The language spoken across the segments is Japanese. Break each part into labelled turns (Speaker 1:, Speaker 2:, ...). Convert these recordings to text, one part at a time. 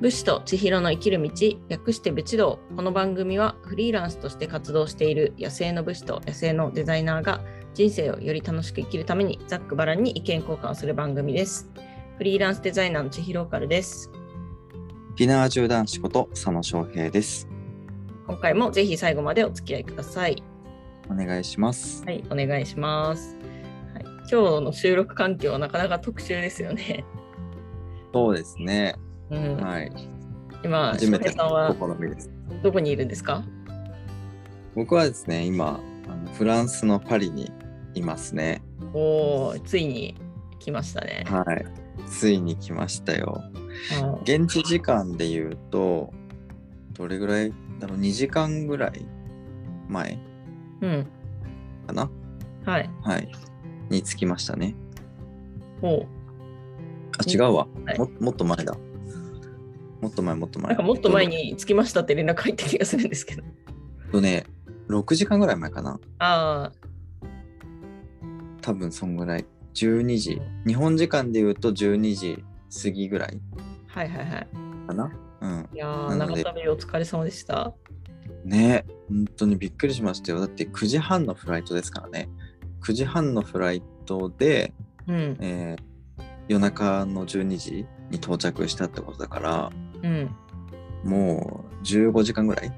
Speaker 1: 武士と千尋の生きる道略して武士道この番組はフリーランスとして活動している野生の武士と野生のデザイナーが人生をより楽しく生きるためにざっくばらんに意見交換をする番組ですフリーランスデザイナーの千尋オカルです
Speaker 2: ディナー中男子こと佐野翔平です。
Speaker 1: 今回もぜひ最後までお付き合いください
Speaker 2: お願いします。
Speaker 1: はいお願いします、はい、今日の収録環境はなかなか特殊ですよね
Speaker 2: そうですね。
Speaker 1: うん、
Speaker 2: はい。
Speaker 1: 今
Speaker 2: 初め
Speaker 1: 翔
Speaker 2: て
Speaker 1: 平さんは
Speaker 2: の試みです。
Speaker 1: どこにいるんですか
Speaker 2: 僕はですね、今、あのフランスのパリにいますね。
Speaker 1: おーついに来ましたね、
Speaker 2: はい。ついに来ましたよ。
Speaker 1: は
Speaker 2: 現地時間で言うと、どれぐらいだろう、2時間ぐらい前
Speaker 1: いうん
Speaker 2: かな
Speaker 1: はい
Speaker 2: はい。に着きましたね。
Speaker 1: おう
Speaker 2: あ、違うわ。
Speaker 1: はい
Speaker 2: ももっと前だ。もっと前、もっと前。
Speaker 1: なんかもっと前に着きましたって連絡入った気がするんですけど。
Speaker 2: えっとね、6時間ぐらい前かな。
Speaker 1: あ
Speaker 2: 多分そんぐらい12時日本時間で言うと12時過ぎぐらい
Speaker 1: あ、はいはいはい。
Speaker 2: かなうん
Speaker 1: いやー、
Speaker 2: なの
Speaker 1: 長
Speaker 2: で
Speaker 1: 旅お疲れ様でした。
Speaker 2: ね本当にびっくりしましたよだって9時半のフライトですからね9時半のフライトで、
Speaker 1: うん、
Speaker 2: えー夜中の12時に到着したってことだから
Speaker 1: うん。
Speaker 2: もう15時間ぐらい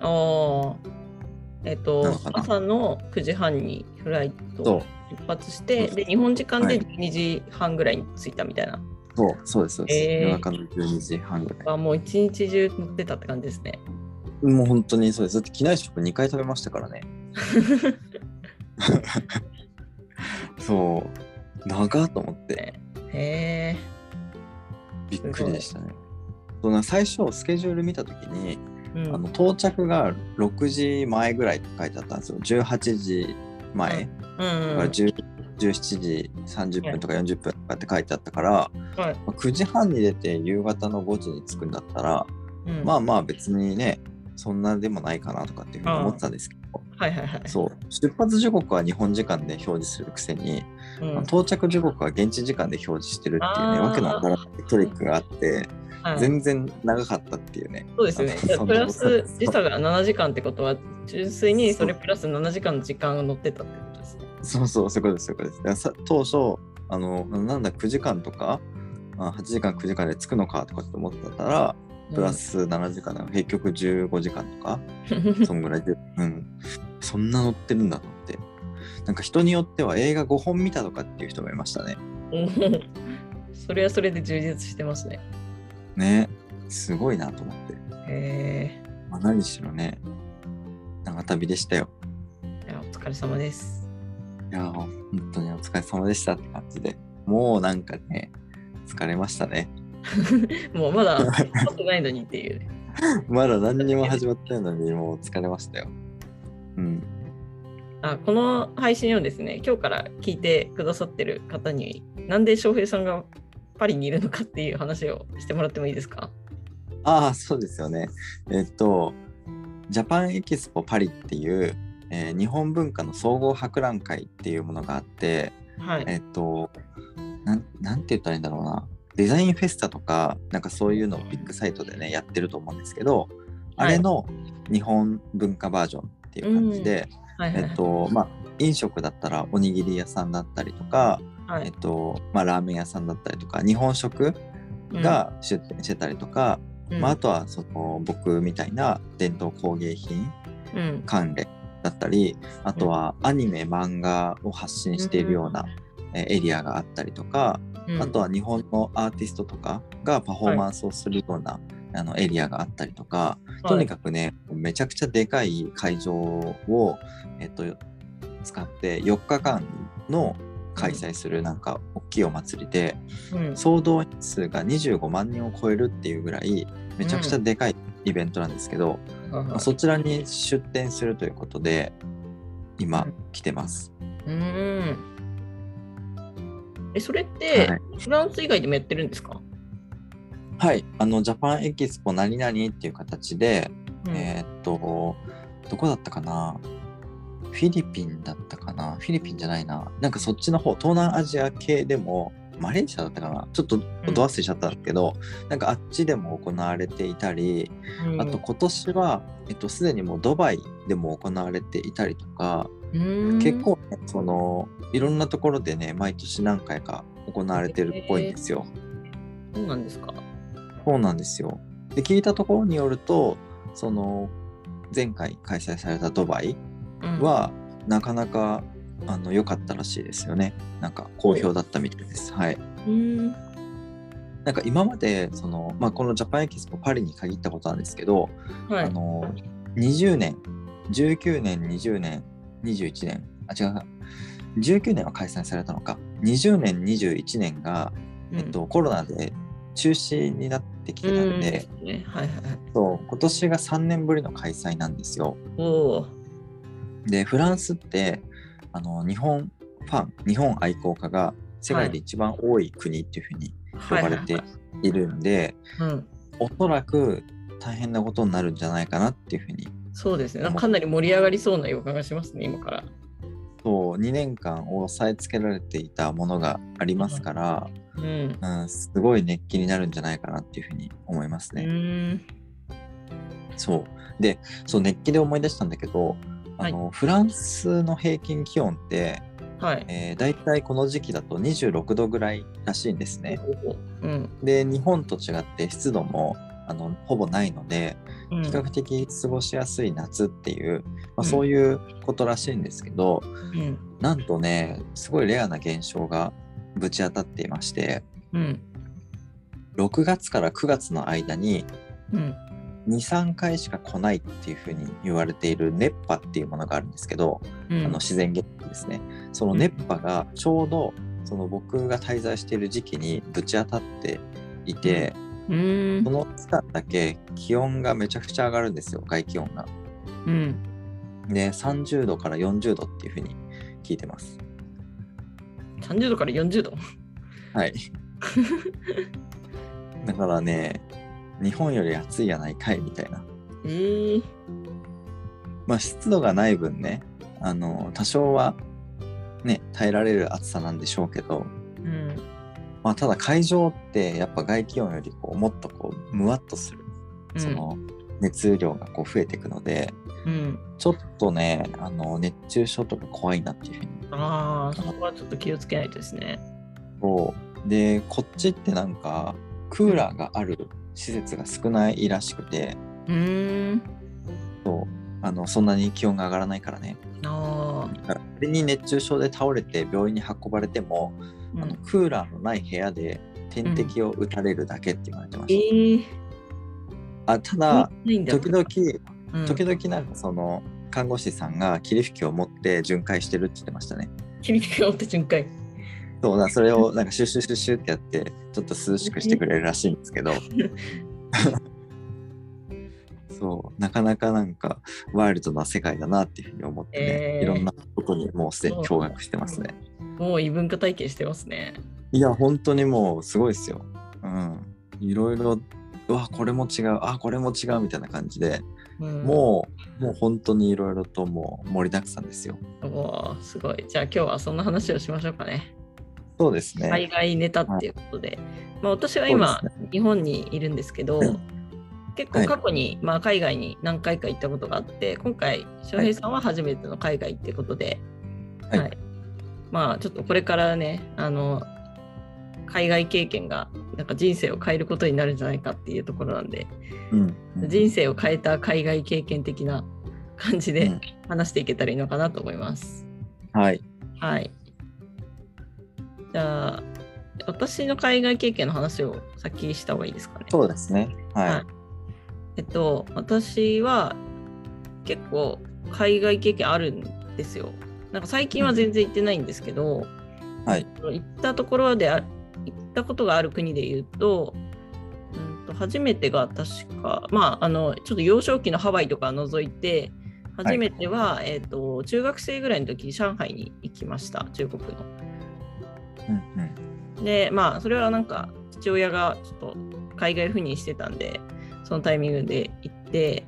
Speaker 1: ああ。えっ、
Speaker 2: な
Speaker 1: と
Speaker 2: のか、な
Speaker 1: 朝の9時半にフライ
Speaker 2: そ
Speaker 1: ト
Speaker 2: う
Speaker 1: 出発して、
Speaker 2: そう
Speaker 1: で、日本時間
Speaker 2: は
Speaker 1: で
Speaker 2: い
Speaker 1: 12時半ぐらいに着いたみたいな。
Speaker 2: そうそうですそうです、
Speaker 1: えー
Speaker 2: 夜中の12時半ぐらい
Speaker 1: あもう一日中乗ってたって感じですね。
Speaker 2: もう本当にそうですだって機内食2回食べましたからねそう長っと思って
Speaker 1: へえ。
Speaker 2: びっくりでしたね。そうな最初スケジュール見た時に、
Speaker 1: うん
Speaker 2: あの到着が6時前ぐらいって書いてあったんですよ18時前、
Speaker 1: うん
Speaker 2: だから10 17時30分とか40分とかって書いてあったから、
Speaker 1: はい
Speaker 2: まあ9時半に出て夕方の5時に着くんだったら、
Speaker 1: うん
Speaker 2: まあまあ別にねそんなでもないかなとかっていうふうに思ってたんですけど、
Speaker 1: はいはいはい。
Speaker 2: そう出発時刻は日本時間で表示するくせに、
Speaker 1: うん。
Speaker 2: 到着時刻は現地時間で表示してるっていうね
Speaker 1: あー
Speaker 2: わけのわからないトリックがあって。
Speaker 1: はい
Speaker 2: 全然長かったっていうね。
Speaker 1: そうですよね。じゃあ
Speaker 2: そん
Speaker 1: プ
Speaker 2: な
Speaker 1: ラ
Speaker 2: こと
Speaker 1: ス時差が7時間ってことは、純粋にそれプラス7時間の時間が乗ってたってことですね。
Speaker 2: そうそう、そういうことです、そういうことですだからさ。当初、あの、なんだ、9時間とか、あ8時間、9時間で着くのかとかって思ってたら、プラス7時間だから、結局15時間とか、
Speaker 1: うん。
Speaker 2: そんぐらいで、うん。そんな乗ってるんだと思って。なんか人によっては映画5本見たとかっていう人もいましたね。
Speaker 1: それはそれで充実してますね。
Speaker 2: ね。すごいなと思って。
Speaker 1: へ
Speaker 2: まあ、何しろね、長旅でしたよ。
Speaker 1: え。いやお疲れ様です。
Speaker 2: いやー本当にお疲れ様でしたって感じでもうなんかね疲れましたね
Speaker 1: もうまだ終わってないのにっていう。
Speaker 2: まだ何にも始まってないのにもう疲れましたようん
Speaker 1: あこの配信をですね、今日から聞いてくださってる方に、なんで翔平さんがパリにいるのかっていう話をしてもらってもいいですか
Speaker 2: ああそうですよねえっとジャパンエキスポパリっていう、えー日本文化の総合博覧会っていうものがあって
Speaker 1: はい。
Speaker 2: えっとなんなんて言ったらいいんだろうなデザインフェスタとかなんかそういうのをビッグサイトでねやってると思うんですけどあれの日本文化バージョンっていう感じで、
Speaker 1: はいはい
Speaker 2: え
Speaker 1: はい
Speaker 2: っとまあ、飲食だったらおにぎり屋さんだったりとか、
Speaker 1: は
Speaker 2: え
Speaker 1: い
Speaker 2: っとまあ、ラーメン屋さんだったりとか日本食が出店してたりとか、
Speaker 1: うん
Speaker 2: まあ、あとはその僕みたいな伝統工芸品
Speaker 1: うん
Speaker 2: 関連だったりあとはアニメ漫画を発信しているようなえエリアがあったりと
Speaker 1: う
Speaker 2: か、
Speaker 1: ん
Speaker 2: あとは日本のアーティストとかがパフォーマンスをするような、あのエリアがあったりとか、とにかくね、めちゃくちゃでかい会場を、えっと、使って4日間の開催するなんか大きいお祭りで、
Speaker 1: はいうん
Speaker 2: 総動員数が25万人を超えるっていうぐらいめちゃくちゃでかいイベントなんですけど、
Speaker 1: はいはい
Speaker 2: そちらに出展するということで今来てます。
Speaker 1: うーん。え、それって、
Speaker 2: はい
Speaker 1: フランス以外でもやってるんですか、
Speaker 2: はい、あのジャパンエキスポ何々っていう形で、
Speaker 1: うん
Speaker 2: えーっと、どこだったかなフィリピンだったかなフィリピンじゃないな。なんかそっちの方、東南アジア系でもマレーシアだったかなちょっと音忘れしちゃったんですけど、なんかあっちでも行われていたり、
Speaker 1: うん
Speaker 2: あと今年は、えっと、すでにもうドバイでも行われていたりとか、
Speaker 1: うん
Speaker 2: 結構ね、そのいろんなところでね毎年何回か行われてるっぽいんですよ。
Speaker 1: そうなんですか。
Speaker 2: そうなんですよ。で聞いたところによるとその前回開催されたドバイ
Speaker 1: うん、
Speaker 2: はなかなかあの良かったらしいですよね。なんか好評だったみたいです。はい。
Speaker 1: うん、
Speaker 2: なんか今までその、まあ、このジャパンエキスポパリに限ったことなんですけど、
Speaker 1: はい
Speaker 2: あの20年19年20年21年あ違う19年は開催されたのか20年21年が、えっと、コロナで中止になってき
Speaker 1: う
Speaker 2: て
Speaker 1: ん、
Speaker 2: たんで、
Speaker 1: うんね、はいはいはい。
Speaker 2: そう今年が3年ぶりの開催なんですよ。
Speaker 1: おお、
Speaker 2: でフランスってあの日本ファン日本愛好家が世界で一番多い国っていうふうに呼
Speaker 1: 呼
Speaker 2: ばれているんで、
Speaker 1: うん、
Speaker 2: おそらく大変なことになるんじゃないかなっていうふうに
Speaker 1: そうですね。なんかかなり盛り上がりそうな予感がしますね、今から。
Speaker 2: そう2年間押さえつけられていたものがありますから、
Speaker 1: うん。
Speaker 2: うん、すごい熱気になるんじゃないかなっていうふうに思います
Speaker 1: う
Speaker 2: ね。
Speaker 1: ん。
Speaker 2: そうでそう熱気で思い出したんだけどあの、フランスの平均気温って、
Speaker 1: はい。
Speaker 2: えー、大体この時期だと26度ぐらいらしいんですね。
Speaker 1: おおうん。
Speaker 2: で日本と違って湿度もあのほぼないので
Speaker 1: うん
Speaker 2: 比較的過ごしやすい夏っていう、ま
Speaker 1: う
Speaker 2: あ、
Speaker 1: ん
Speaker 2: そういうことらしいんですけど、
Speaker 1: うん。
Speaker 2: なんとねすごいレアな現象がぶち当たっていまして
Speaker 1: うん。
Speaker 2: 6月から9月の間に
Speaker 1: うん。
Speaker 2: 23回しか来ないっていうふうに言われている熱波っていうものがあるんですけど、
Speaker 1: うん
Speaker 2: あの自然現象ですねその熱波がちょうどその僕が滞在している時期にぶち当たっていて、
Speaker 1: うん
Speaker 2: そ。の期間だけ気温がめちゃくちゃ上がるんですよ外気温が。
Speaker 1: うん。
Speaker 2: で30度から40度っていうふうに聞いてます。
Speaker 1: 三十度から四十度。
Speaker 2: はい。だからね、日本より暑いやないかいみたいな。
Speaker 1: ええ
Speaker 2: まあ湿度がない分ね、あの多少はね、耐えられる暑さなんでしょうけど、
Speaker 1: うん。
Speaker 2: まあただ会場ってやっぱ外気温よりこうもっとこうムワッとする、その熱量がこう増えていくので、
Speaker 1: うん。
Speaker 2: ちょっとね、あの熱中症とか怖いなっていうふうに
Speaker 1: ああ、そこはちょっと気をつけないとですね。
Speaker 2: そうでこっちってなんかクーラーがある施設が少ないらしくて
Speaker 1: うん。
Speaker 2: そうあのそんなに気温が上がらないからね
Speaker 1: ああ。
Speaker 2: 仮に熱中症で倒れて病院に運ばれても、
Speaker 1: うん
Speaker 2: あのクーラーのない部屋で点滴を打たれるだけって言われてました、
Speaker 1: ええ
Speaker 2: あただ
Speaker 1: ないんだ。
Speaker 2: 時々時
Speaker 1: うん
Speaker 2: 々なんかその看護師さんが霧吹きを持って巡回してるって言ってましたね
Speaker 1: 霧吹きが折った瞬間。
Speaker 2: そうだからそれをなんかシュッシュッシュッシュッってやってちょっと涼しくしてくれるらしいんですけどそうなかなかなんかワイルドな世界だなっていうふうに思ってね、
Speaker 1: えー
Speaker 2: いろんなことにもうすでに驚愕してますね
Speaker 1: もう異文化体験してますね。
Speaker 2: いや本当にもうすごいですようんいろいろうわこれも違うあこれも違うみたいな感じで、
Speaker 1: うん
Speaker 2: もうもう本当にいろいろともう盛りだくさんですよ
Speaker 1: おーすごい。じゃあ今日はそんな話をしましょうかね。
Speaker 2: そうですね、
Speaker 1: 海外ネタっていうことで。まあ、私は今、
Speaker 2: そうですね
Speaker 1: 日本にいるんですけど、
Speaker 2: うん
Speaker 1: 結構過去に、まあ、海外に何回か行ったことがあって、今回、翔平さんは初めての海外ってことで、
Speaker 2: はい
Speaker 1: まあちょっとこれからね、あの、海外経験がなんか人生を変えることになるんじゃないかっていうところなんで、
Speaker 2: うんうん
Speaker 1: 人生を変えた海外経験的な感じ
Speaker 2: う
Speaker 1: で
Speaker 2: ん
Speaker 1: 話していけたらいいのかなと思います。
Speaker 2: はい
Speaker 1: はい。じゃあ、私の海外経験の話を先した方がいいですかね。
Speaker 2: そうですねはい、
Speaker 1: はいえっと、私は結構海外経験あるんですよ。なんか最近は全然行ってないんですけど、
Speaker 2: はい
Speaker 1: 行ったところであ、行ったことがある国で言うと、うんと初めてが確か、まあ、あの、ちょっと幼少期のハワイとか除いて、
Speaker 2: い
Speaker 1: 初めては、えっ、と、中学生ぐらいの時に上海に行きました、中国の。
Speaker 2: うんうん
Speaker 1: でまあそれはなんか父親がちょっと海外赴任してたんでそのタイミングで行って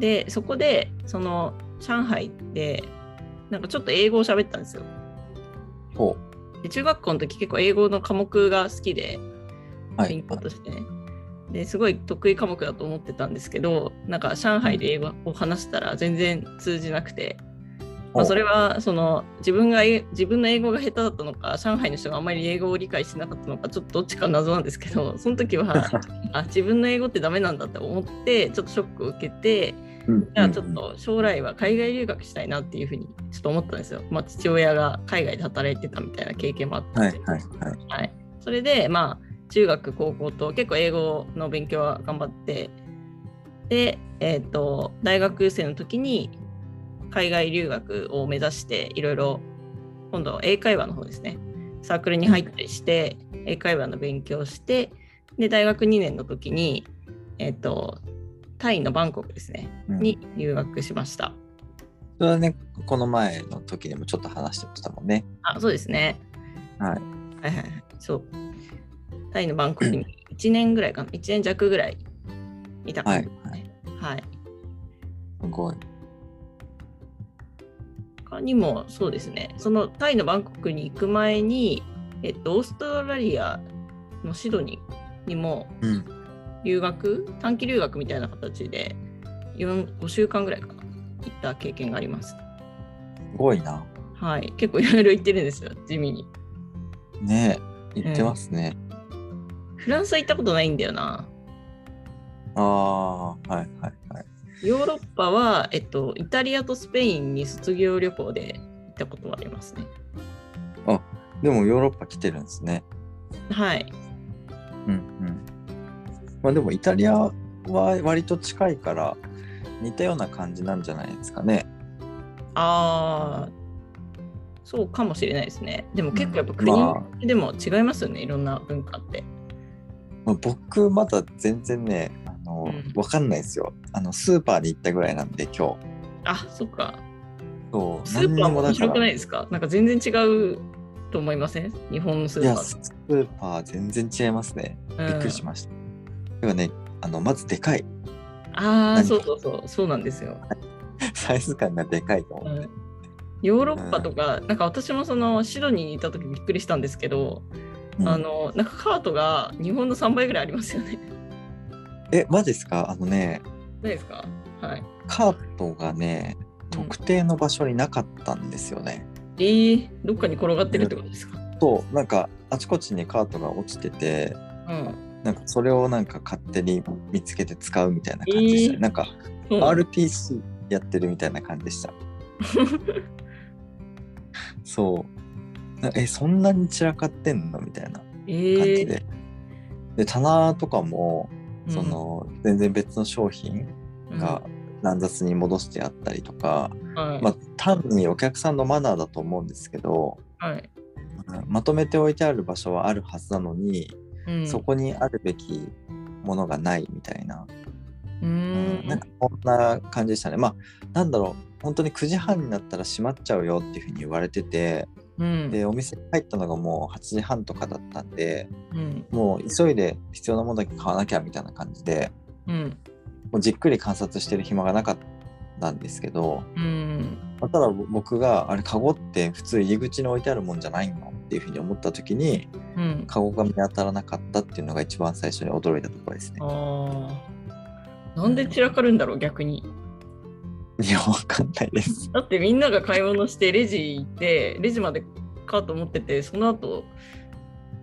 Speaker 1: でそこでその上海でなんかちょっと英語を喋ったんですよ
Speaker 2: ほう
Speaker 1: で中学校の時結構英語の科目が好きで
Speaker 2: は
Speaker 1: 勉
Speaker 2: い。
Speaker 1: 強としてね、ですごい得意科目だと思ってたんですけどなんか上海で英語を話したら全然通じなくて、まあ、
Speaker 2: お
Speaker 1: それはその自分がえ自分の英語が下手だったのか上海の人があんまり英語を理解しなかったのかちょっとどっちか謎なんですけどその時 はあ自分の英語ってダメなんだって思ってちょっとショックを受けて
Speaker 2: うん
Speaker 1: じゃあちょっと将来は海外留学したいなっていうふうにちょっと思ったんですよ。まあ、父親が海外で働いてたみたいな経験もあっ
Speaker 2: うんは
Speaker 1: たん
Speaker 2: い
Speaker 1: で、
Speaker 2: はいはい。
Speaker 1: はい、それでまあ中学高校と結構英語の勉強は頑張ってで、えー、と大学生の時に海外留学を目指していろいろ今度は英会話の方ですねサークルに入ったりして英会話の勉強をしてで大学2年の時に、えー、とタイのバンコクですね
Speaker 2: うん
Speaker 1: に留学しました。
Speaker 2: それはね、この前の時にもちょっと話してましたもんね。
Speaker 1: あそうですね。
Speaker 2: はい
Speaker 1: はいはいはい。そう。タイのバンコクに1年ぐらいかな、1年弱ぐらいいた。
Speaker 2: はいはい。
Speaker 1: はい。
Speaker 2: すごい。
Speaker 1: 他にもそうですね、そのタイのバンコクに行く前に、えっと、オーストラリアのシドニーにも
Speaker 2: うん。
Speaker 1: 留学、短期留学みたいな形で4 5週間ぐらいかな、行った経験があります。
Speaker 2: すごいな。
Speaker 1: はい。結構いろいろ行ってるんですよ、地味に。
Speaker 2: ねえ、言ってますね。
Speaker 1: フランスは行ったことないんだよな。
Speaker 2: ああ、はいはいはい。
Speaker 1: ヨーロッパは、えっと、イタリアとスペインに卒業旅行で行ったことはありますね。
Speaker 2: でもヨーロッパ来てるんですね。
Speaker 1: はい。
Speaker 2: うんうん。まあでもイタリアは割と近いから似たような感じなんじゃないですかね。
Speaker 1: ああ、そうかもしれないですね。でも結構やっぱ国によ
Speaker 2: ま
Speaker 1: ってでも違いますよね、いろんな文化って。
Speaker 2: まあ僕まだ全然ね、あの
Speaker 1: うん、
Speaker 2: わかんないですよ。あの、スーパーに行ったぐらいなんで今日。
Speaker 1: あ、そっか。
Speaker 2: そう、
Speaker 1: スーパー
Speaker 2: 何に
Speaker 1: も面
Speaker 2: だ
Speaker 1: 白
Speaker 2: か
Speaker 1: く
Speaker 2: ら。
Speaker 1: ないですかなんか全然違うと思いません日本のス
Speaker 2: い
Speaker 1: ー
Speaker 2: や、
Speaker 1: パ
Speaker 2: スーパー全然違いますね。
Speaker 1: ー。
Speaker 2: びっくりしました。ではね、あの、まずでかい。
Speaker 1: う んああ、
Speaker 2: 何
Speaker 1: そうそうそう、そうなんですよ。
Speaker 2: サイズ感がでかいと思って。
Speaker 1: ヨーロッパとか、なんか私もそのシドニーにいた時びっくりしたんですけど、
Speaker 2: うん
Speaker 1: あのなんかカートが日本の3倍ぐらいありますよね。
Speaker 2: え、マジですかあのね、
Speaker 1: ないですかはい。
Speaker 2: カートがね、特定の場所になかったんですよね。
Speaker 1: えー、どっかに転がってるってことですか
Speaker 2: そう、なんか、あちこちにカートが落ちてて、
Speaker 1: うん。
Speaker 2: なんかそれをなんか勝手に見つけて使うみたいな感じでした
Speaker 1: え
Speaker 2: ね、
Speaker 1: ー
Speaker 2: なんか
Speaker 1: そう
Speaker 2: RPC やってるみたいな感じでした。そう。なえ、そんなに散らかってんのみたいな
Speaker 1: え
Speaker 2: 感じ
Speaker 1: ー
Speaker 2: で。で、棚とかも、
Speaker 1: うん
Speaker 2: その、全然別の商品が乱雑に戻してあったりとか、
Speaker 1: うんはい
Speaker 2: まあ、単にお客さんのマナーだと思うんですけど、
Speaker 1: はい
Speaker 2: うんまとめて置いてある場所はあるはずなのに、
Speaker 1: うん
Speaker 2: そこにあるべきものがないみたいな、
Speaker 1: うーん
Speaker 2: なんかこんな感じでしたね。まあなんだろう本当に9時半になったら閉まっちゃうよっていうふうに言われてて
Speaker 1: うん
Speaker 2: でお店に入ったのがもう8時半とかだったんで
Speaker 1: うん
Speaker 2: もう急いで必要なものだけ買わなきゃみたいな感じで
Speaker 1: うん
Speaker 2: もうじっくり観察してる暇がなかったんですけど、
Speaker 1: うん
Speaker 2: まあ、ただ僕があれカゴって普通入り口に置いてあるもんじゃないのっていうふうに思った時に
Speaker 1: うん
Speaker 2: カゴが見当たらなかったっていうのが一番最初に驚いたところですね。
Speaker 1: あーなんで散らかるんだろう逆に。
Speaker 2: いやわかんないです。
Speaker 1: だってみんなが買い物してレジ行ってレジまでカート持っててその後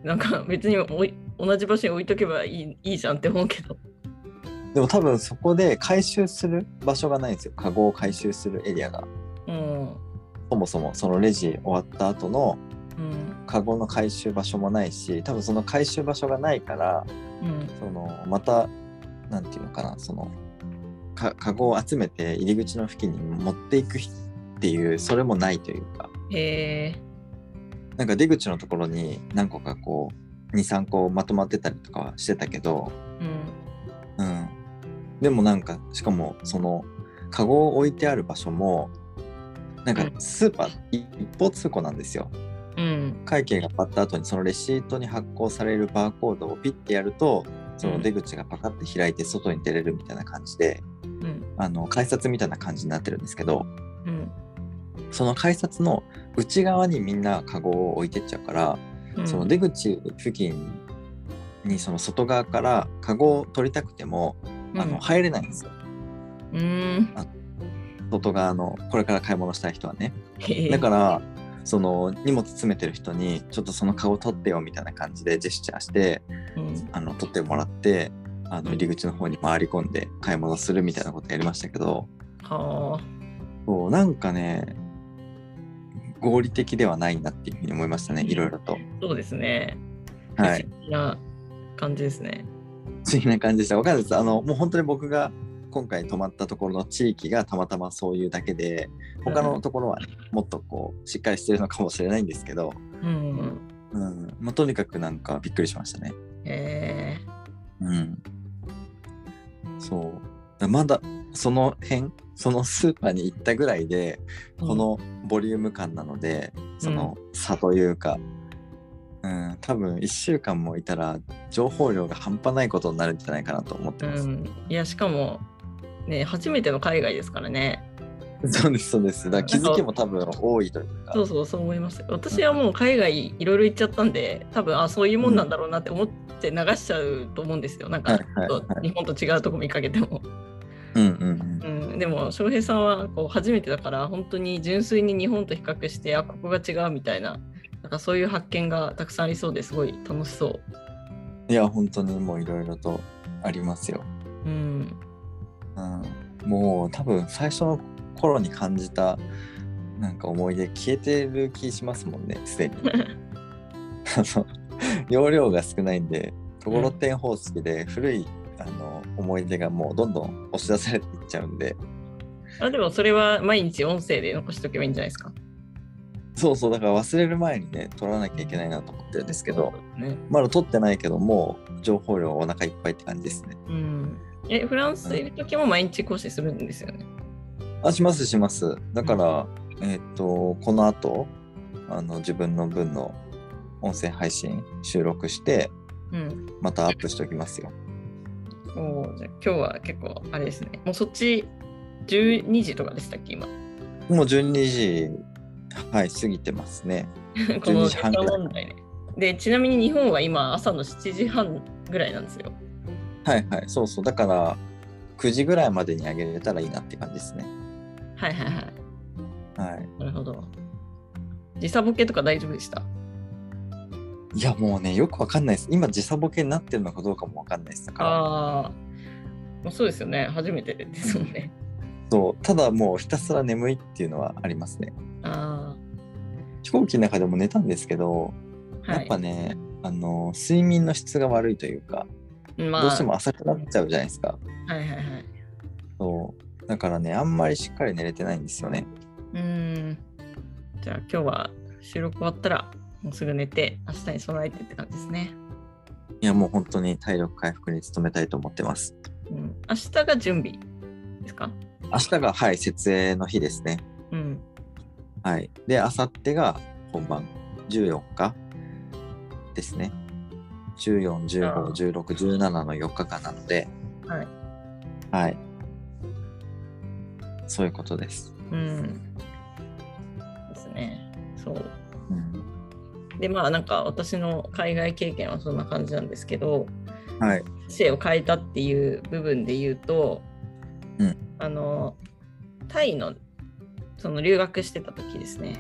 Speaker 1: なんか別におい同じ場所に置いとけばいいいいじゃんって思うけど。
Speaker 2: でも多分そこで回収する場所がないんですよ。カゴを回収するエリアが。
Speaker 1: うん
Speaker 2: そもそもそのレジ終わった後の
Speaker 1: うん
Speaker 2: カゴの回収場所もないし、多分その回収場所がないから、
Speaker 1: うん
Speaker 2: そのまた、なんていうのかな、その、かカゴを集めて入り口の付近に持っていくひっていう、それもないというか、
Speaker 1: へえ
Speaker 2: なんか出口のところに何個かこう、2、3個まとまってたりとかはしてたけど、
Speaker 1: うん
Speaker 2: うん。でもなんか、しかも、その、カゴを置いてある場所も、なんか
Speaker 1: うん
Speaker 2: スーパーい一方通行なんですよ。
Speaker 1: うん
Speaker 2: 会計が終わった後にそのレシートに発行されるバーコードをピッてやると、その出口がパカッて開いて外に出れるみたいな感じで、
Speaker 1: うん
Speaker 2: あの、改札みたいな感じになってるんですけど、
Speaker 1: うん
Speaker 2: その改札の内側にみんなカゴを置いてっちゃうから、
Speaker 1: うん
Speaker 2: その出口付近にその外側からカゴを取りたくても、あの入れないんですよ
Speaker 1: うんうん
Speaker 2: 外側のこれから買い物したい人はね。
Speaker 1: へえ
Speaker 2: だからその荷物詰めてる人にちょっとそのカゴ取ってよみたいな感じでジェスチャーして
Speaker 1: うん
Speaker 2: あの取ってもらってあの入り口の方に回り込んで買い物するみたいなことやりましたけど
Speaker 1: はあ
Speaker 2: そうなんかね合理的ではないなっていうふうに思いましたねいろいろと。
Speaker 1: そうですね。
Speaker 2: はい
Speaker 1: 不思議な感じですね。
Speaker 2: 不思議な感じでした。わかんないです。あの、もう本当に僕が今回泊まったところの地域がたまたまそういうだけで、他のところはね、もっとこう、しっかりしてるのかもしれないんですけど、
Speaker 1: うんうん。
Speaker 2: うん、まあ、とにかくなんかびっくりしましたね。
Speaker 1: へえ
Speaker 2: うん。そう。だまだその辺、そのスーパーに行ったぐらいで、こ、のボリューム感なので、その差というか、うん、多分1週間もいたら情報量が半端ないことになるんじゃないかなと思って
Speaker 1: う
Speaker 2: ます。
Speaker 1: ん、いやしかもね初めての海外ですからね。
Speaker 2: そうですそうです。だから気づきも多分多いというか。
Speaker 1: そうそうそう思います。私はもう海外いろいろ行っちゃったんで多分あそういうもんなんだろうなって思って流しちゃうと思うんですよ。なん
Speaker 2: は
Speaker 1: か
Speaker 2: い
Speaker 1: ち
Speaker 2: はい
Speaker 1: ょっと日本と違うとこ見かけても。
Speaker 2: うんうんうん。
Speaker 1: うん、でも翔平さんはこう初めてだから本当に純粋に日本と比較してあここが違うみたいななんかそういう発見がたくさんありそうですごい楽しそう。
Speaker 2: いや本当にもういろいろとありますよ。
Speaker 1: うん、
Speaker 2: うん、もう多分最初の頃に感じたなんか思い出消えてる気しますもんねすでに。 あの容量が少ないんでところてん方式で古い、あの思い出がもうどんどん押し出されていっちゃうんで
Speaker 1: あでもそれは毎日音声で残しとけばいいんじゃないですか。
Speaker 2: そうそうだから忘れる前にね取らなきゃいけないなと思ってるんですけど
Speaker 1: ね
Speaker 2: まだ取ってないけどもう情報量お腹いっぱいって感じですね。
Speaker 1: うん、えフランスいる時も毎日更新するんですよね。
Speaker 2: あしますします。だから、えーっとこの後あの自分の分の音声配信収録して
Speaker 1: うん、
Speaker 2: またアップしておきますよ。
Speaker 1: おーじゃあ今日は結構あれですね。もうそっち12時とかでしたっけ今。
Speaker 2: もう12時はい過ぎてますね。
Speaker 1: この
Speaker 2: 12時半ぐらい
Speaker 1: 時間問題ね。でちなみに日本は今朝の7時半ぐらいなんですよ。
Speaker 2: はいはいそうそうだから9時ぐらいまでにあげれたらいいなって感じですね。
Speaker 1: はいはいはい。
Speaker 2: はい。
Speaker 1: なるほど。時差ボケとか大丈夫でした。
Speaker 2: いやもうねよくわかんないです。今時差ボケになってるのかどうかもわかんないですだから。
Speaker 1: ああ。まあそうですよね。初めてですもんね。
Speaker 2: そうただもうひたすら眠いっていうのはありますね。
Speaker 1: あ
Speaker 2: 飛行機の中でも寝たんですけど、
Speaker 1: あ。は
Speaker 2: やっ
Speaker 1: い。
Speaker 2: ぱねあの睡眠の質が悪いというか。
Speaker 1: まあ、
Speaker 2: どうしても浅くなっちゃうじゃないですか。
Speaker 1: はいはいはい。
Speaker 2: そうだからね、あんまりしっかり寝れてないんですよね。
Speaker 1: うーん。じゃあ今日は収録終わったら、もうすぐ寝て、明日に備えてって感じですね。
Speaker 2: いや、もう本当に体力回復に努めたいと思ってます。
Speaker 1: うん。明日が準備ですか
Speaker 2: 明日が、はい、設営の日ですね。
Speaker 1: うん。
Speaker 2: はい。で、明後日が本番、14日ですね。14、
Speaker 1: あ
Speaker 2: 15、16、17の4日間なので、
Speaker 1: はい。
Speaker 2: はい。そういうことです。
Speaker 1: うん。ですね。そう。
Speaker 2: うん
Speaker 1: で、まあなんか私の海外経験はそんな感じなんですけど、
Speaker 2: はい。
Speaker 1: 人生を変えたっていう部分で言うと、
Speaker 2: うん
Speaker 1: あのタイのその留学してた時ですね、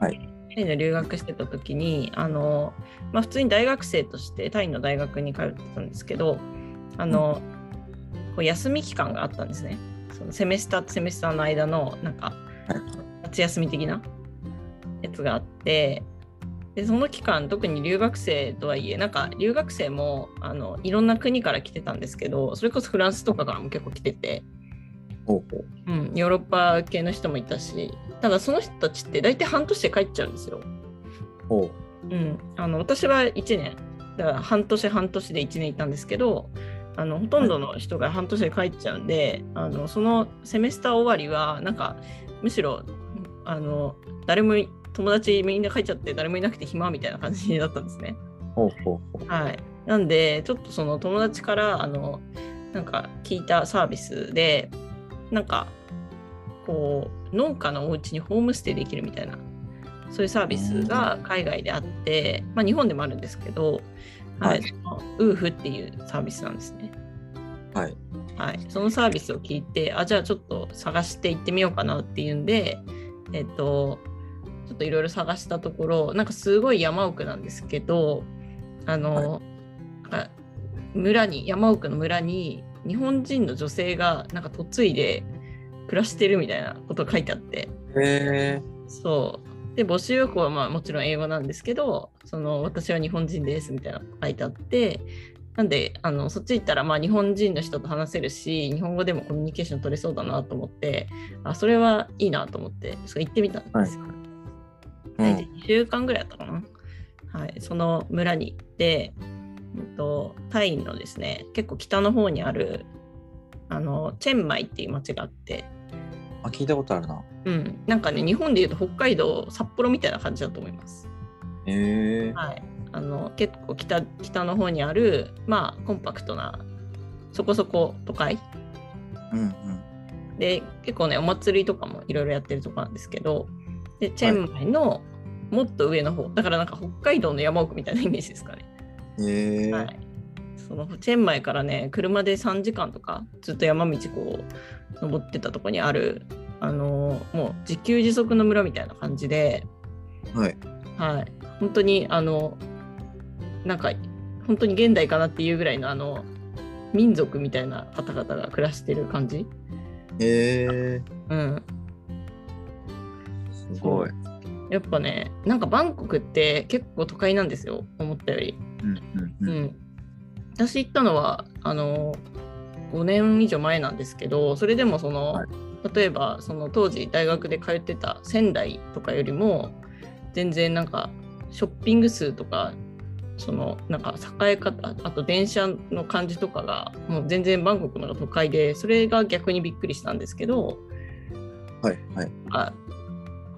Speaker 2: はい
Speaker 1: タイの留学してた時にあの、まあ、普通に大学生としてタイの大学に通ってたんですけどあの、こう休み期間があったんですねそのセメスターとセメスターの間のなんか
Speaker 2: はい
Speaker 1: 夏休み的なやつがあってでその期間特に留学生とはいえなんか留学生もあのいろんな国から来てたんですけどそれこそフランスとかからも結構来てて、
Speaker 2: ほうほう。
Speaker 1: うん、ヨーロッパ系の人もいたしただその人たちって大体半年で帰っちゃうんですよ。
Speaker 2: ほ
Speaker 1: うん、あの私は1年だから半年半年で1年いたんですけどあのほとんどの人が半年で帰っちゃうんで、あのそのセメスター終わりはなんかむしろあの誰も友達みんな帰っちゃって誰もいなくて暇みたいな感じだったんですね。
Speaker 2: う。ほうほうほう。
Speaker 1: はい、なんでちょっとその友達からあのなんか聞いたサービスでなんかこう農家のお家にホームステイできるみたいなそういうサービスが海外であって、まあ、日本でもあるんですけど、は
Speaker 2: はいい
Speaker 1: そのウーフっていうサービスなんですね。
Speaker 2: はい。
Speaker 1: はい、そのサービスを聞いてあじゃあちょっと探して行ってみようかなっていうんで、えっと、ちょっといろいろ探したところなんかすごい山奥なんですけどあの、なんか村に山奥の村に日本人の女性がなんか嫁いで暮らしてるみたいなことが書いてあって。
Speaker 2: へえ。
Speaker 1: そう。で、募集要項はまあもちろん英語なんですけど、その私は日本人ですみたいなの書いてあって、なんであのそっち行ったらまあ日本人の人と話せるし、日本語でもコミュニケーション取れそうだなと思って、あそれはいいなと思って、そう行ってみたんですよ。
Speaker 2: う
Speaker 1: 大体
Speaker 2: ん。
Speaker 1: 2週間ぐらいだったかな。はい、その村に行って、うんと、タイのですね、結構北の方にあるあのチェンマイっていう町があって、
Speaker 2: あ、聞いたことあるな。
Speaker 1: うん、なんかね、日本でいうと北海道、札幌みたいな感じだと思います。
Speaker 2: へえ。
Speaker 1: はい、あの結構北北の方にある、まあ、コンパクトなそこそこ都会
Speaker 2: うんうん。
Speaker 1: で結構ねお祭りとかもいろいろやってるとこなんですけどでチェンマイのもっと上の方だからなんか北海道の山奥みたいなイメージですかね、
Speaker 2: へえ。
Speaker 1: はい、そのチェンマイからね車で3時間とかずっと山道こう登ってたとこにあるあのもう自給自足の村みたいな感じで
Speaker 2: はい。
Speaker 1: はい、本当にあのなんか本当に現代かなっていうぐらいのあの民族みたいな方々が暮らしてる感じ、
Speaker 2: へえ。
Speaker 1: うん、
Speaker 2: すごい。
Speaker 1: やっぱねなんかバンコクって結構都会なんですよ思ったより、
Speaker 2: うんうん
Speaker 1: う
Speaker 2: うん。
Speaker 1: ん、私行ったのはあの5年以上前なんですけどそれでもその、
Speaker 2: はい
Speaker 1: 例えばその当時大学で通ってた仙台とかよりも全然なんかショッピング数とかそのなんか栄え方あと電車の感じとかがもう全然バンコクの方が都会でそれが逆にびっくりしたんですけど
Speaker 2: はいはい。
Speaker 1: あ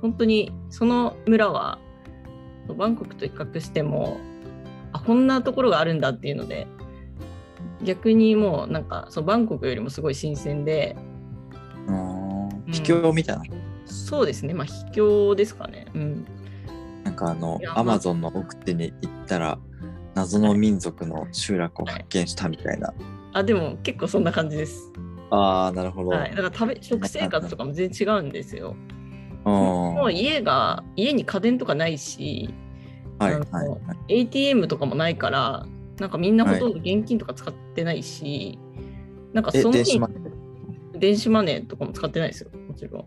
Speaker 1: 本当にその村はバンコクと比較してもあこんなところがあるんだっていうので逆にもうなんかそうバンコクよりもすごい新鮮で
Speaker 2: うーん。秘境みたいな。
Speaker 1: そうですねまあ秘境ですかねうん
Speaker 2: なんかあの
Speaker 1: いや、まあ
Speaker 2: アマゾンの奥地に行ったら、謎の民族の集落を発見したみたいな。
Speaker 1: あでも結構そんな感じです、
Speaker 2: ああ、なるほど。
Speaker 1: はい、だから食べ食生活とかも全然違うんですよ
Speaker 2: うん
Speaker 1: も
Speaker 2: は
Speaker 1: う
Speaker 2: い
Speaker 1: 家が家に家電とかないし
Speaker 2: はい
Speaker 1: あの
Speaker 2: はい。
Speaker 1: ATM とかもないからなんかみんなほとんど現金とか使ってないし、なんか
Speaker 2: え、
Speaker 1: その
Speaker 2: 電
Speaker 1: 日
Speaker 2: 子マ
Speaker 1: に
Speaker 2: ネー
Speaker 1: 電子マネーとかも使ってないですよもち ろん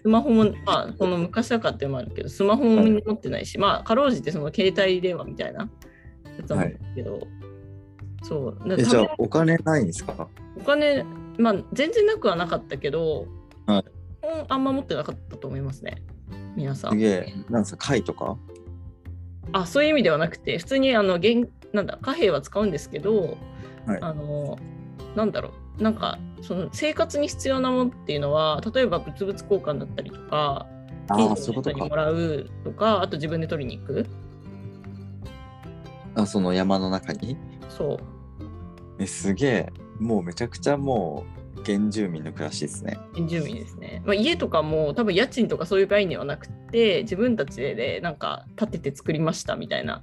Speaker 1: スマホもまあこの昔だからっていうのもあるけどスマホもみんな持ってないし、まあかろうじてその携帯電話みたいなやつは持ってるけど、そうだから
Speaker 2: え、じゃあ
Speaker 1: 食べ
Speaker 2: お金ないんですか
Speaker 1: お金まあ全然なくはなかったけど、
Speaker 2: はい
Speaker 1: 本あんま持ってなかったと思いますね皆さん
Speaker 2: すげえ。なんですか貝とか
Speaker 1: あそういう意味ではなくて普通にあの現なんだ貨幣は使うんですけど、
Speaker 2: はい
Speaker 1: あのなんだろうなんかその生活に必要なものっていうのは例えば物々交換だったりとか
Speaker 2: ああ、
Speaker 1: 近
Speaker 2: そ
Speaker 1: 所
Speaker 2: ういう
Speaker 1: の人
Speaker 2: こと
Speaker 1: にも
Speaker 2: か。
Speaker 1: らうとかあと自分で取りに行く
Speaker 2: あ、その山の中に
Speaker 1: そう
Speaker 2: え、すげえ。もうめちゃくちゃもう原住民の暮らしですね。
Speaker 1: 原住民ですね、まあ、家とかも多分家賃とかそういう概念はなくて自分たちでなんか建てて作りましたみたいな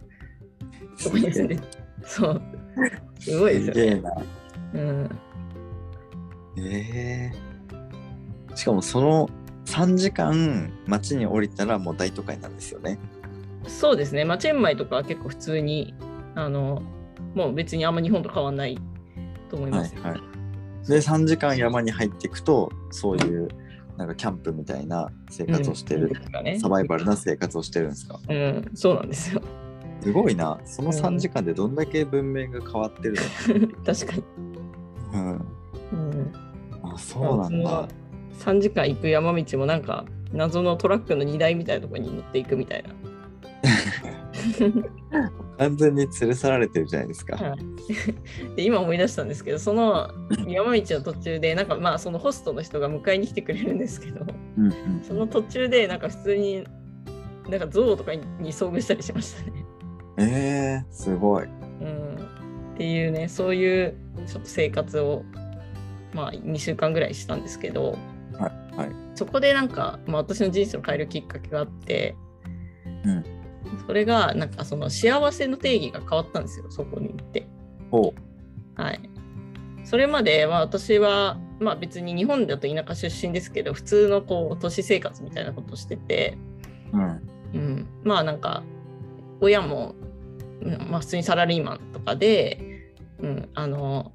Speaker 1: とこに住ん でそうすごいです
Speaker 2: す
Speaker 1: よ
Speaker 2: げえ
Speaker 1: ね、
Speaker 2: な。
Speaker 1: うん、
Speaker 2: ええしかもその3時間街に降りたらもう大都会なんですよね。
Speaker 1: そうですね、まあ、チェンマイとかは結構普通にあのもう別にあんま日本と変わんないと思い
Speaker 2: は
Speaker 1: ま
Speaker 2: い
Speaker 1: す、
Speaker 2: はい。で3時間山に入っていくとそういうなんかキャンプみたいな生活をしてる、
Speaker 1: うんかね
Speaker 2: サバイバルな生活をしてるんですか
Speaker 1: うん、そうなんですよ
Speaker 2: すごいなその
Speaker 1: うん
Speaker 2: 3時間でどんだけ文明が変わってる
Speaker 1: 確かに、
Speaker 2: の、
Speaker 1: うん、
Speaker 2: うん、あそうなんだ。
Speaker 1: 3時間行く山道もなんか謎のトラックの荷台みたいなところに乗っていくみたいな
Speaker 2: 完全に連れ去られてるじゃないですか。
Speaker 1: はいで今思い出したんですけどそ の山道の途中でなんかまあそのホストの人が迎えに来てくれるんですけど
Speaker 2: うんうん
Speaker 1: その途中でなんか普通になんか象とかにに遭遇したりしましたね
Speaker 2: えー、すごい。
Speaker 1: うんっていうねそういうちょっと生活をまあ2週間ぐらいしたんですけど
Speaker 2: はいはい。
Speaker 1: そこでなんか、まあ、私の人生を変えるきっかけがあって、
Speaker 2: うん
Speaker 1: それがなんかその幸せの定義が変わったんですよそこに行って。
Speaker 2: ほ
Speaker 1: はい、それまでは私は、まあ、別に日本だと田舎出身ですけど普通のこう都市生活みたいなことをしてて、
Speaker 2: う。うん。
Speaker 1: うん、まあなんか親も、うんまあ、普通にサラリーマンとかで、うんあの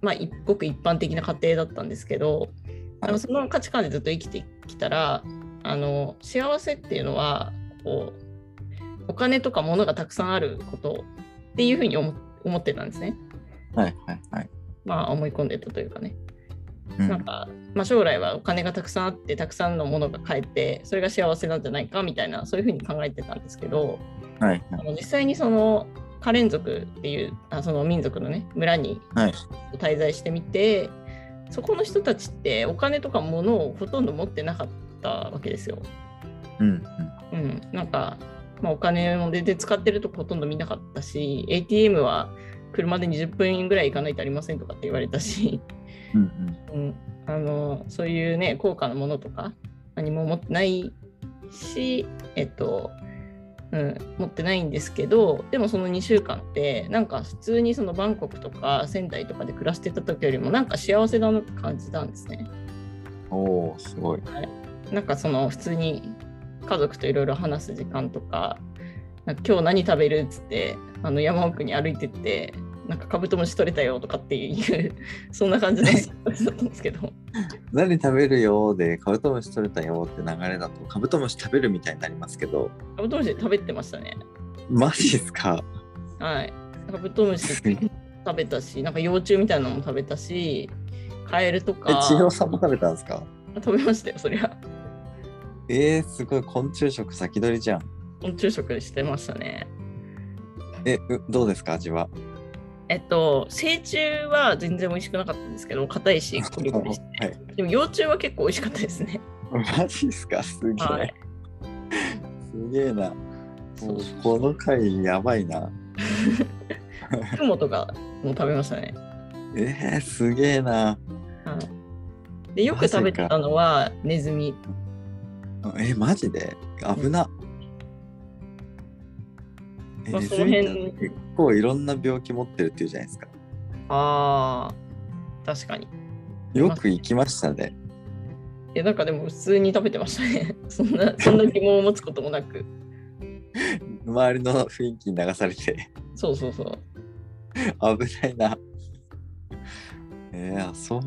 Speaker 1: まあ、いごく一般的な家庭だったんですけどあのその価値観でずっと生きてきたらあの幸せっていうのはこうお金とか物がたくさんあることっていうふうに思思ってたんですね。
Speaker 2: はいはいはい。
Speaker 1: まあ、思い込んでたというかね、
Speaker 2: う
Speaker 1: なん
Speaker 2: ん。
Speaker 1: か、まあ、将来はお金がたくさんあってたくさんのものが買えてそれが幸せなんじゃないかみたいなそういうふうに考えてたんですけど
Speaker 2: はい
Speaker 1: あの実際にそのカレン族っていうあその民族のね村に
Speaker 2: はい
Speaker 1: 滞在してみて、そこの人たちってお金とか物をほとんど持ってなかったわけですよ。
Speaker 2: うんうん。
Speaker 1: うん、なんか、まあ、お金も全然使ってるとこほとんど見なかったし ATM は車で20分ぐらい行かないとありませんとかって言われたし。
Speaker 2: うんうん。
Speaker 1: うん、あのそういうね高価なものとか何も持ってないし、えっとうん、持ってないんですけどでもその2週間ってなんか普通にそのバンコクとか仙台とかで暮らしてた時よりもなんか幸せだなって感じたんですね。
Speaker 2: おおすごい。
Speaker 1: なんかその普通に家族といろいろ話す時間とかなんか今日何食べるっつってあの山奥に歩いてってなんかカブトムシ取れたよとかっていう そんな感じの生活だったんですけど。
Speaker 2: 何食べるよーでカブトムシ取れたよーって流れだとカブトムシ食べるみたいになりますけど
Speaker 1: カブトムシ食べてましたね。
Speaker 2: マジですか
Speaker 1: はい。カブトム シ食べたし、なんか幼虫みたいなのも食べたし、カエルと
Speaker 2: え
Speaker 1: か
Speaker 2: 千尋さんも食べたんですか
Speaker 1: 食べましたよ、そりゃ。
Speaker 2: えー、すごい昆虫食先取りじゃん
Speaker 1: 昆虫食してましたね。
Speaker 2: えうどうですか味は
Speaker 1: えっと、成虫は全然美味しくなかったんですけど、硬いし、コリコリ して。
Speaker 2: はい
Speaker 1: でも幼虫は結構美味しかったです ね。
Speaker 2: マジですかすげえ、
Speaker 1: はい。
Speaker 2: すげえな
Speaker 1: そうそう
Speaker 2: この回やばいな
Speaker 1: クモとかも食べましたね。
Speaker 2: えー、すげえな
Speaker 1: はい。で、よく食べてたのはネズミ。
Speaker 2: えマジで危な、え
Speaker 1: まあ
Speaker 2: ネ
Speaker 1: そ
Speaker 2: ズ
Speaker 1: の
Speaker 2: ミ
Speaker 1: 辺
Speaker 2: って結構いろんな病気持ってるっていうじゃないですか
Speaker 1: ああ、確かに。
Speaker 2: よく行きましたね
Speaker 1: いやなんかでも普通に食べてましたね。 そんな、そんな疑問を持つこともなく。
Speaker 2: 周りの雰囲気に流されて
Speaker 1: そうそうそう。
Speaker 2: 危ないなえー、あそ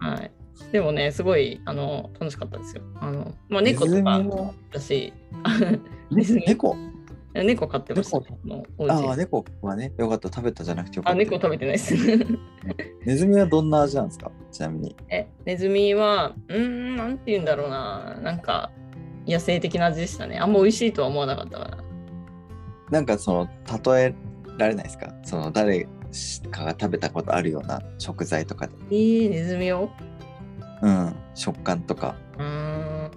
Speaker 2: う
Speaker 1: はい。でもね、すごいあの楽しかったですよ。あのまあ、
Speaker 2: ネ
Speaker 1: 猫
Speaker 2: ズミ
Speaker 1: とか
Speaker 2: の
Speaker 1: だし、 ネズミ
Speaker 2: 猫
Speaker 1: 猫飼ってました、ね。あのお
Speaker 2: ああ
Speaker 1: 家
Speaker 2: 猫はねよかった食べたじゃなくてよか
Speaker 1: あ、
Speaker 2: った
Speaker 1: 猫食べてないです。
Speaker 2: ネズミはどんな味なんですかちなみに
Speaker 1: え、ネズミは、うーん、なんて言うんだろうな。なんか野生的な味でしたね。あんま美味しいとは思わなかったかな。
Speaker 2: なんかその例えられないですかその誰かが食べたことあるような食材とかで
Speaker 1: えー、ネズミを
Speaker 2: うん食感とか
Speaker 1: うーん。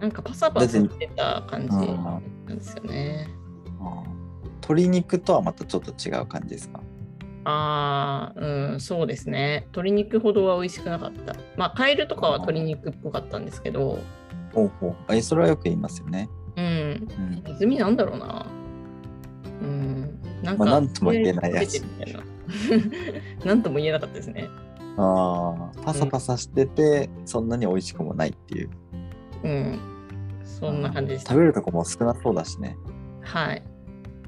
Speaker 1: なんかパサパサしてた感じなんですよね。
Speaker 2: 鶏肉とはまたちょっと違う感じですか
Speaker 1: ああ、うん、そうですね。鶏肉ほどは美味しくなかった。まあ、カエルとかは鶏肉っぽかったんですけど、
Speaker 2: ほうほうえそれはよく言いますよね、
Speaker 1: うん、
Speaker 2: うん、
Speaker 1: ネズミなんだろうな。うん、なんか、
Speaker 2: まあなんとも言えないやつ
Speaker 1: 食べてみたいな。 なんとも言えなかったですね。
Speaker 2: あーパサパサしてて、そんなに美味しくもないっていう
Speaker 1: うん、そんな感じでした
Speaker 2: 食。べるとこも少なそうだしね
Speaker 1: はい。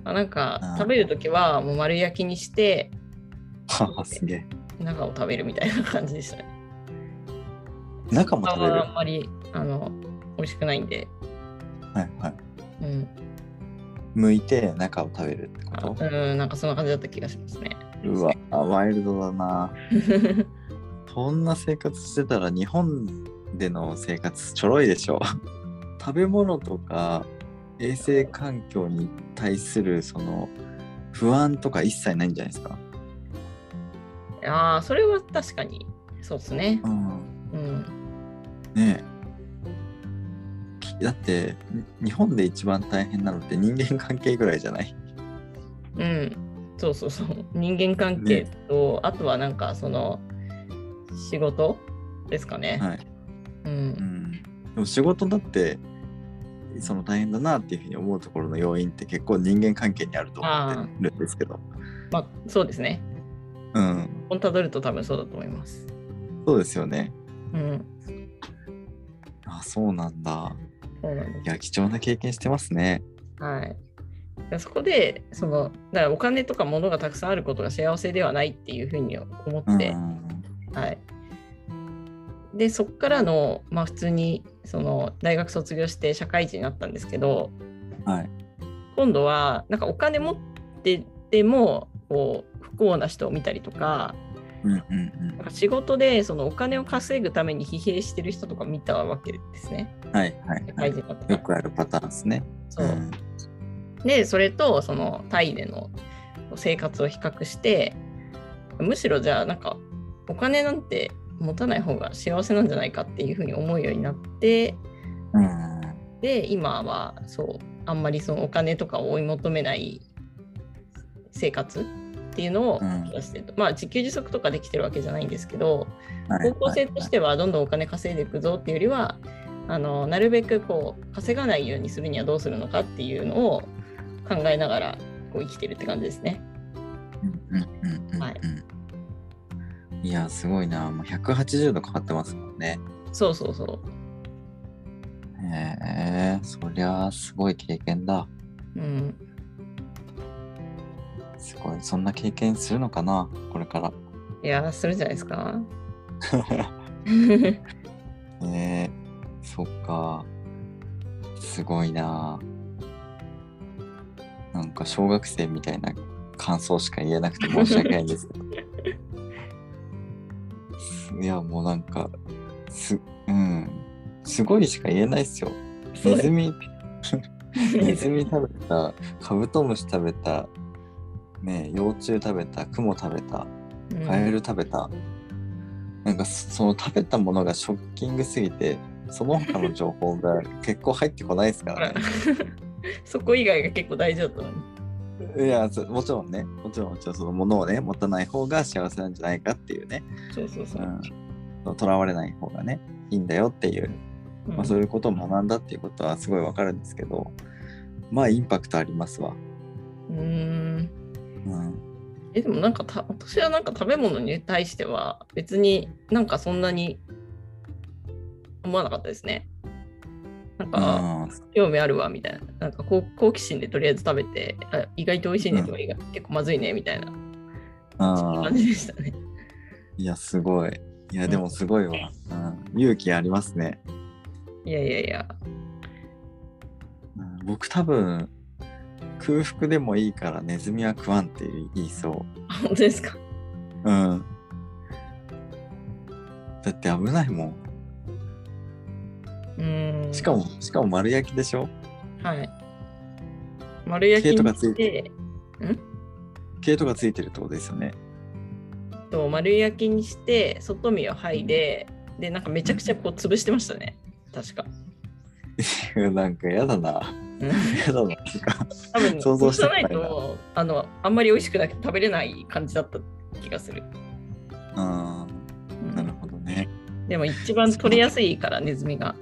Speaker 1: まあ、なんか
Speaker 2: あー、
Speaker 1: 食べるときはもう丸焼きにして、
Speaker 2: ははすげえ
Speaker 1: 中を食べるみたいな感じで したね。
Speaker 2: 中も食べる
Speaker 1: あ
Speaker 2: は
Speaker 1: んまり、あの、美味しくないんで。
Speaker 2: いはい
Speaker 1: うん、
Speaker 2: 剥いて中を食べるってこ
Speaker 1: あ
Speaker 2: と
Speaker 1: うん、なんかそんな感じだった気がしますね。
Speaker 2: うわあワイルドだなそんな生活してたら日本での生活ちょろいでしょ 食べ物とか衛生環境に対するその不安とか一切ないんじゃないですか、
Speaker 1: ああ、それは確かに、そうですね。
Speaker 2: うん、
Speaker 1: うん。
Speaker 2: ねえきだってに日本で一番大変なのって人間関係ぐらいじゃない
Speaker 1: うん。そうそうそう。人間関係と、あとはなんか、その、仕事ですかね。
Speaker 2: はい
Speaker 1: う
Speaker 2: うんん、でも仕事だってその大変だなっていうふうに思うところの要因って結構人間関係にあると思ってるんですけど、
Speaker 1: まあそうですね
Speaker 2: うん、
Speaker 1: 本たどると多分そうだと思います
Speaker 2: そうですよね。
Speaker 1: うん
Speaker 2: あそうなんだ。
Speaker 1: そうなんで
Speaker 2: いや貴重な経験してますね。
Speaker 1: すはいそこでそのだからお金とか物がたくさんあることが幸せではないっていうふうに思
Speaker 2: う
Speaker 1: っ
Speaker 2: ん
Speaker 1: て、はい、でそこからの、まあ、普通にその大学卒業して社会人になったんですけど
Speaker 2: はい、
Speaker 1: 今度はなんかお金持っててもこう不幸な人を見たりとか
Speaker 2: うんうんう
Speaker 1: なん
Speaker 2: ん
Speaker 1: か仕事でそのお金を稼ぐために疲弊してる人とか見たわけですね
Speaker 2: はいはい
Speaker 1: 社
Speaker 2: は
Speaker 1: 会
Speaker 2: い
Speaker 1: 人になってから。
Speaker 2: よくあるパターンですね。
Speaker 1: そう
Speaker 2: うん
Speaker 1: でそれとそのタイでの生活を比較してむしろじゃあなんかお金なんて持たない方が幸せなんじゃないかっていうふうに思うようになって
Speaker 2: うん
Speaker 1: で今はそうあんまりそのお金とかを追い求めない生活っていうのを
Speaker 2: うん
Speaker 1: 目指してると、まあ自給自足とかできてるわけじゃないんですけど
Speaker 2: はい
Speaker 1: 方向性としてはどんどんお金稼いでいくぞっていうよりはあのなるべくこう稼がないようにするにはどうするのかっていうのを考えながらこう生きてるって感じですね。
Speaker 2: うんうんうんうんうん
Speaker 1: はい
Speaker 2: いやすごいなもう180度変わってますもんね。
Speaker 1: そうそうそう。
Speaker 2: へえそりゃあすごい経験だ。
Speaker 1: うん、
Speaker 2: すごいそんな経験するのかなこれから。
Speaker 1: いやーするんじゃないです か。
Speaker 2: ねえそっかすごいななんか小学生みたいな感想しか言えなくて申し訳ないんですけどす いやもうなんかすうんすごいしか言えないっすよネズミネズミ食べたカブトムシ食べたねえ幼虫食べたクモ食べた
Speaker 1: うん
Speaker 2: カエル食べた、なんかそその食べたものがショッキングすぎてその他の情報が結構入ってこないですか
Speaker 1: ほ
Speaker 2: ら
Speaker 1: ら
Speaker 2: ね
Speaker 1: そこ以外が結構大事だと思う。
Speaker 2: いやそもちろんねもちろんもちろんそのものをね持たない方が幸せなんじゃないかっていうね
Speaker 1: そうそうそう。
Speaker 2: うんとら、われない方がねいいんだよっていう、
Speaker 1: うん
Speaker 2: まあ、そういうことを学んだっていうことはすごいわかるんですけどまあインパクトありますわ、
Speaker 1: うーん
Speaker 2: うん、
Speaker 1: えでもなんかた私はなんか食べ物に対しては別になんかそんなに思わなかったですね。なんか
Speaker 2: うん
Speaker 1: 興味あるわみたいななんか好好奇心でとりあえず食べてあ意外と美味しいね
Speaker 2: うん
Speaker 1: とか、意外結構まずいねみたいなそんな
Speaker 2: あ
Speaker 1: 感じでしたね。
Speaker 2: いやすごいいやでもすごいわ、うん、勇気ありますね
Speaker 1: いやいやいや。
Speaker 2: うん僕多分空腹でもいいからネズミは食わんって言いそ
Speaker 1: あ本当ですか。
Speaker 2: う、うん、だって危ないも
Speaker 1: うーん。
Speaker 2: んしかもしかも丸焼きでしょ
Speaker 1: はい。丸焼き
Speaker 2: 毛とか
Speaker 1: に
Speaker 2: つい
Speaker 1: してて
Speaker 2: 毛とかついてるってことですよね
Speaker 1: と丸焼きにして外身を剥いででなんかめちゃくちゃこう潰してましたね確か。
Speaker 2: いやなんかやだな
Speaker 1: うん
Speaker 2: やだな なんか
Speaker 1: 多分
Speaker 2: 想像して
Speaker 1: そう
Speaker 2: もら
Speaker 1: ない
Speaker 2: えない
Speaker 1: とあのあんまり美味しくなくて食べれない感じだった気がする、う
Speaker 2: うん
Speaker 1: ん
Speaker 2: なるほどね
Speaker 1: でも一番取れやすいからネズミが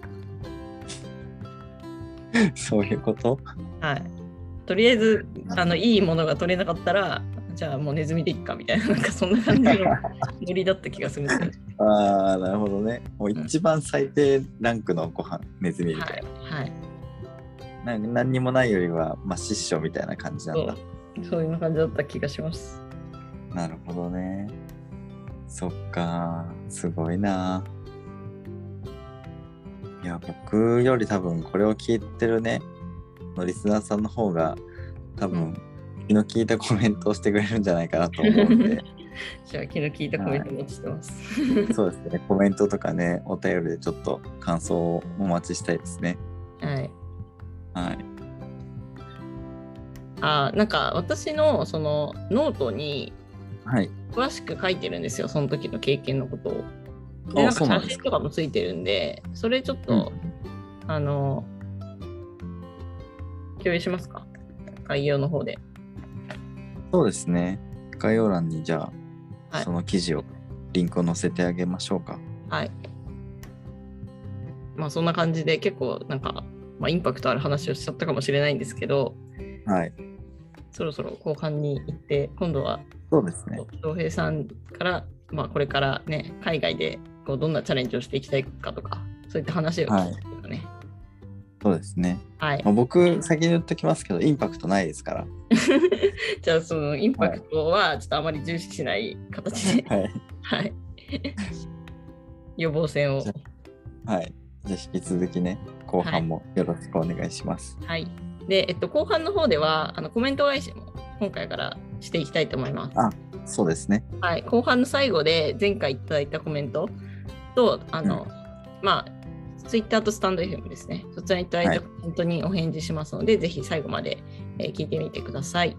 Speaker 2: そういうこと
Speaker 1: はいとりあえず
Speaker 2: なるほど
Speaker 1: あのいいものが取れなかったらじゃあもうネズミでいっかみたいななんかそんな感じのノリだった気がするんです よね
Speaker 2: ああなるほどねもう一番最低ランクのご飯ネズミみたい
Speaker 1: はい、はい、
Speaker 2: ななんか何にもないよりはまあ失笑みたいな感じな
Speaker 1: そ
Speaker 2: んだ
Speaker 1: うそういう感じだった気がします
Speaker 2: なるほどね。そっか、すごいな。いや、僕より多分これを聞いてるね、のリスナーさんの方が、多分、気の利いたコメントをしてくれるんじゃないかなと思うん で、
Speaker 1: じゃあ昨日聞いたコメントもしてます、
Speaker 2: そうですね、コメントとかね、お便りでちょっと感想をお待ちしたいですね。
Speaker 1: はい
Speaker 2: はい。
Speaker 1: あーなんか私のそのノートに
Speaker 2: はい。
Speaker 1: 詳しく書いてるんですよその時の経験のことを。
Speaker 2: あ
Speaker 1: でなん
Speaker 2: そ
Speaker 1: か
Speaker 2: うなんで
Speaker 1: 写真
Speaker 2: すか
Speaker 1: とかもついてるんでそれちょっ
Speaker 2: う
Speaker 1: と、あの共有しますか概要の方で。
Speaker 2: そうですね。概要欄にじゃあ、
Speaker 1: はい
Speaker 2: その記事を、リンクを載せてあげましょうか。
Speaker 1: はいまあそんな感じで結構なんか、まあ、インパクトある話をしちゃったかもしれないんですけど、
Speaker 2: はい。
Speaker 1: そろそろ後半に行って、今度は
Speaker 2: そうですね。
Speaker 1: 翔平さんから、まあ、これからね、海外でこうどんなチャレンジをしていきたいかとか、そういった話を聞きたいよね。
Speaker 2: そうですね。
Speaker 1: はい
Speaker 2: ま。あ、僕、先に言っときますけど、インパクトないですから。
Speaker 1: じゃあ、そのインパクトはちょっとあまり重視しない形で、
Speaker 2: はい。
Speaker 1: はい。予防線を
Speaker 2: じゃ。はい。じゃあ、引き続きね、後半もよろしくお願いします。
Speaker 1: はい。で、えっと、後半の方では、あのコメント返しも今回からしていきたいと思います。
Speaker 2: そうですね。
Speaker 1: はい、後半の最後で前回いただいたコメントとあの、
Speaker 2: う
Speaker 1: まあツイッターとスタンド FM ですねそちらにいただいたコメントにお返事しますので、ぜひ最後まで、えー聞いてみてください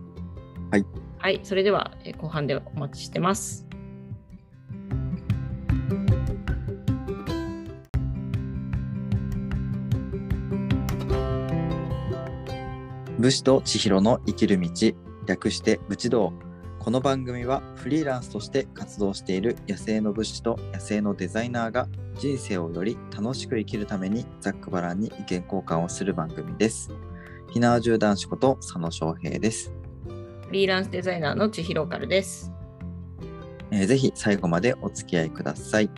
Speaker 2: はい、
Speaker 1: はい、それでは、えー後半でお待ちしてます
Speaker 2: 武士と千尋の生きる道、略して武士道。この番組はフリーランスとして活動している野生の武士と野生のデザイナーが人生をより楽しく生きるためにざっくばらんに意見交換をする番組です。ひなわじゅう男子こと佐野翔平です、
Speaker 1: フリーランスデザイナーの千尋からです
Speaker 2: えーぜひ最後までお付き合いください。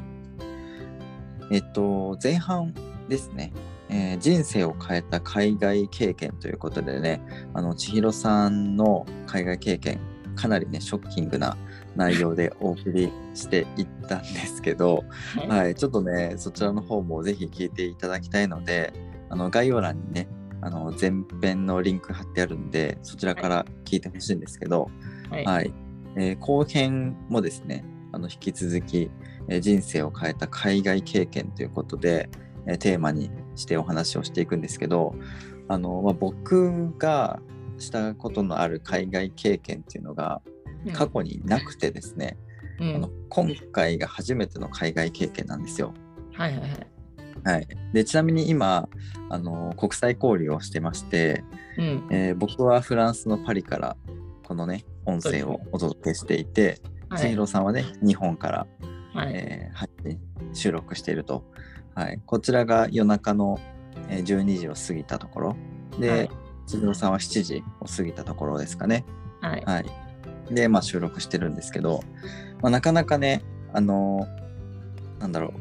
Speaker 2: えっと、前半ですね、えー人生を変えた海外経験ということでね、あの千尋さんの海外経験、かなりね、ショッキングな内容でお送りしていったんですけど、
Speaker 1: は
Speaker 2: はい、ちょっとね、そちらの方もぜひ聞いていただきたいので、あの概要欄にね、あの前編のリンク貼ってあるんで、そちらから聞いてほしいんですけど、
Speaker 1: はい
Speaker 2: はい、えー後編もですねあの引き続き、えー人生を変えた海外経験ということで、えーテーマにしてお話をしていくんですけどあの、まあ、僕がしたことのある海外経験っていうのが過去になくてですね、
Speaker 1: うん
Speaker 2: あの今回が初めての海外経験なんですよ。
Speaker 1: はいはいはい
Speaker 2: はい、でちなみに今あの国際交流をしてまして、
Speaker 1: うん
Speaker 2: えー僕はフランスのパリからこのね音声をお届けしていて、
Speaker 1: はい
Speaker 2: 千尋さんはね、日本から、
Speaker 1: はい
Speaker 2: えー発信収録していると、はい、こちらが夜中の、えー12時を過ぎたところで、
Speaker 1: はい
Speaker 2: 千尋さんは7時を過ぎたところですかね、
Speaker 1: はい
Speaker 2: はい、で、まあ、収録してるんですけど、まあ、なかなかねあのーなんだろう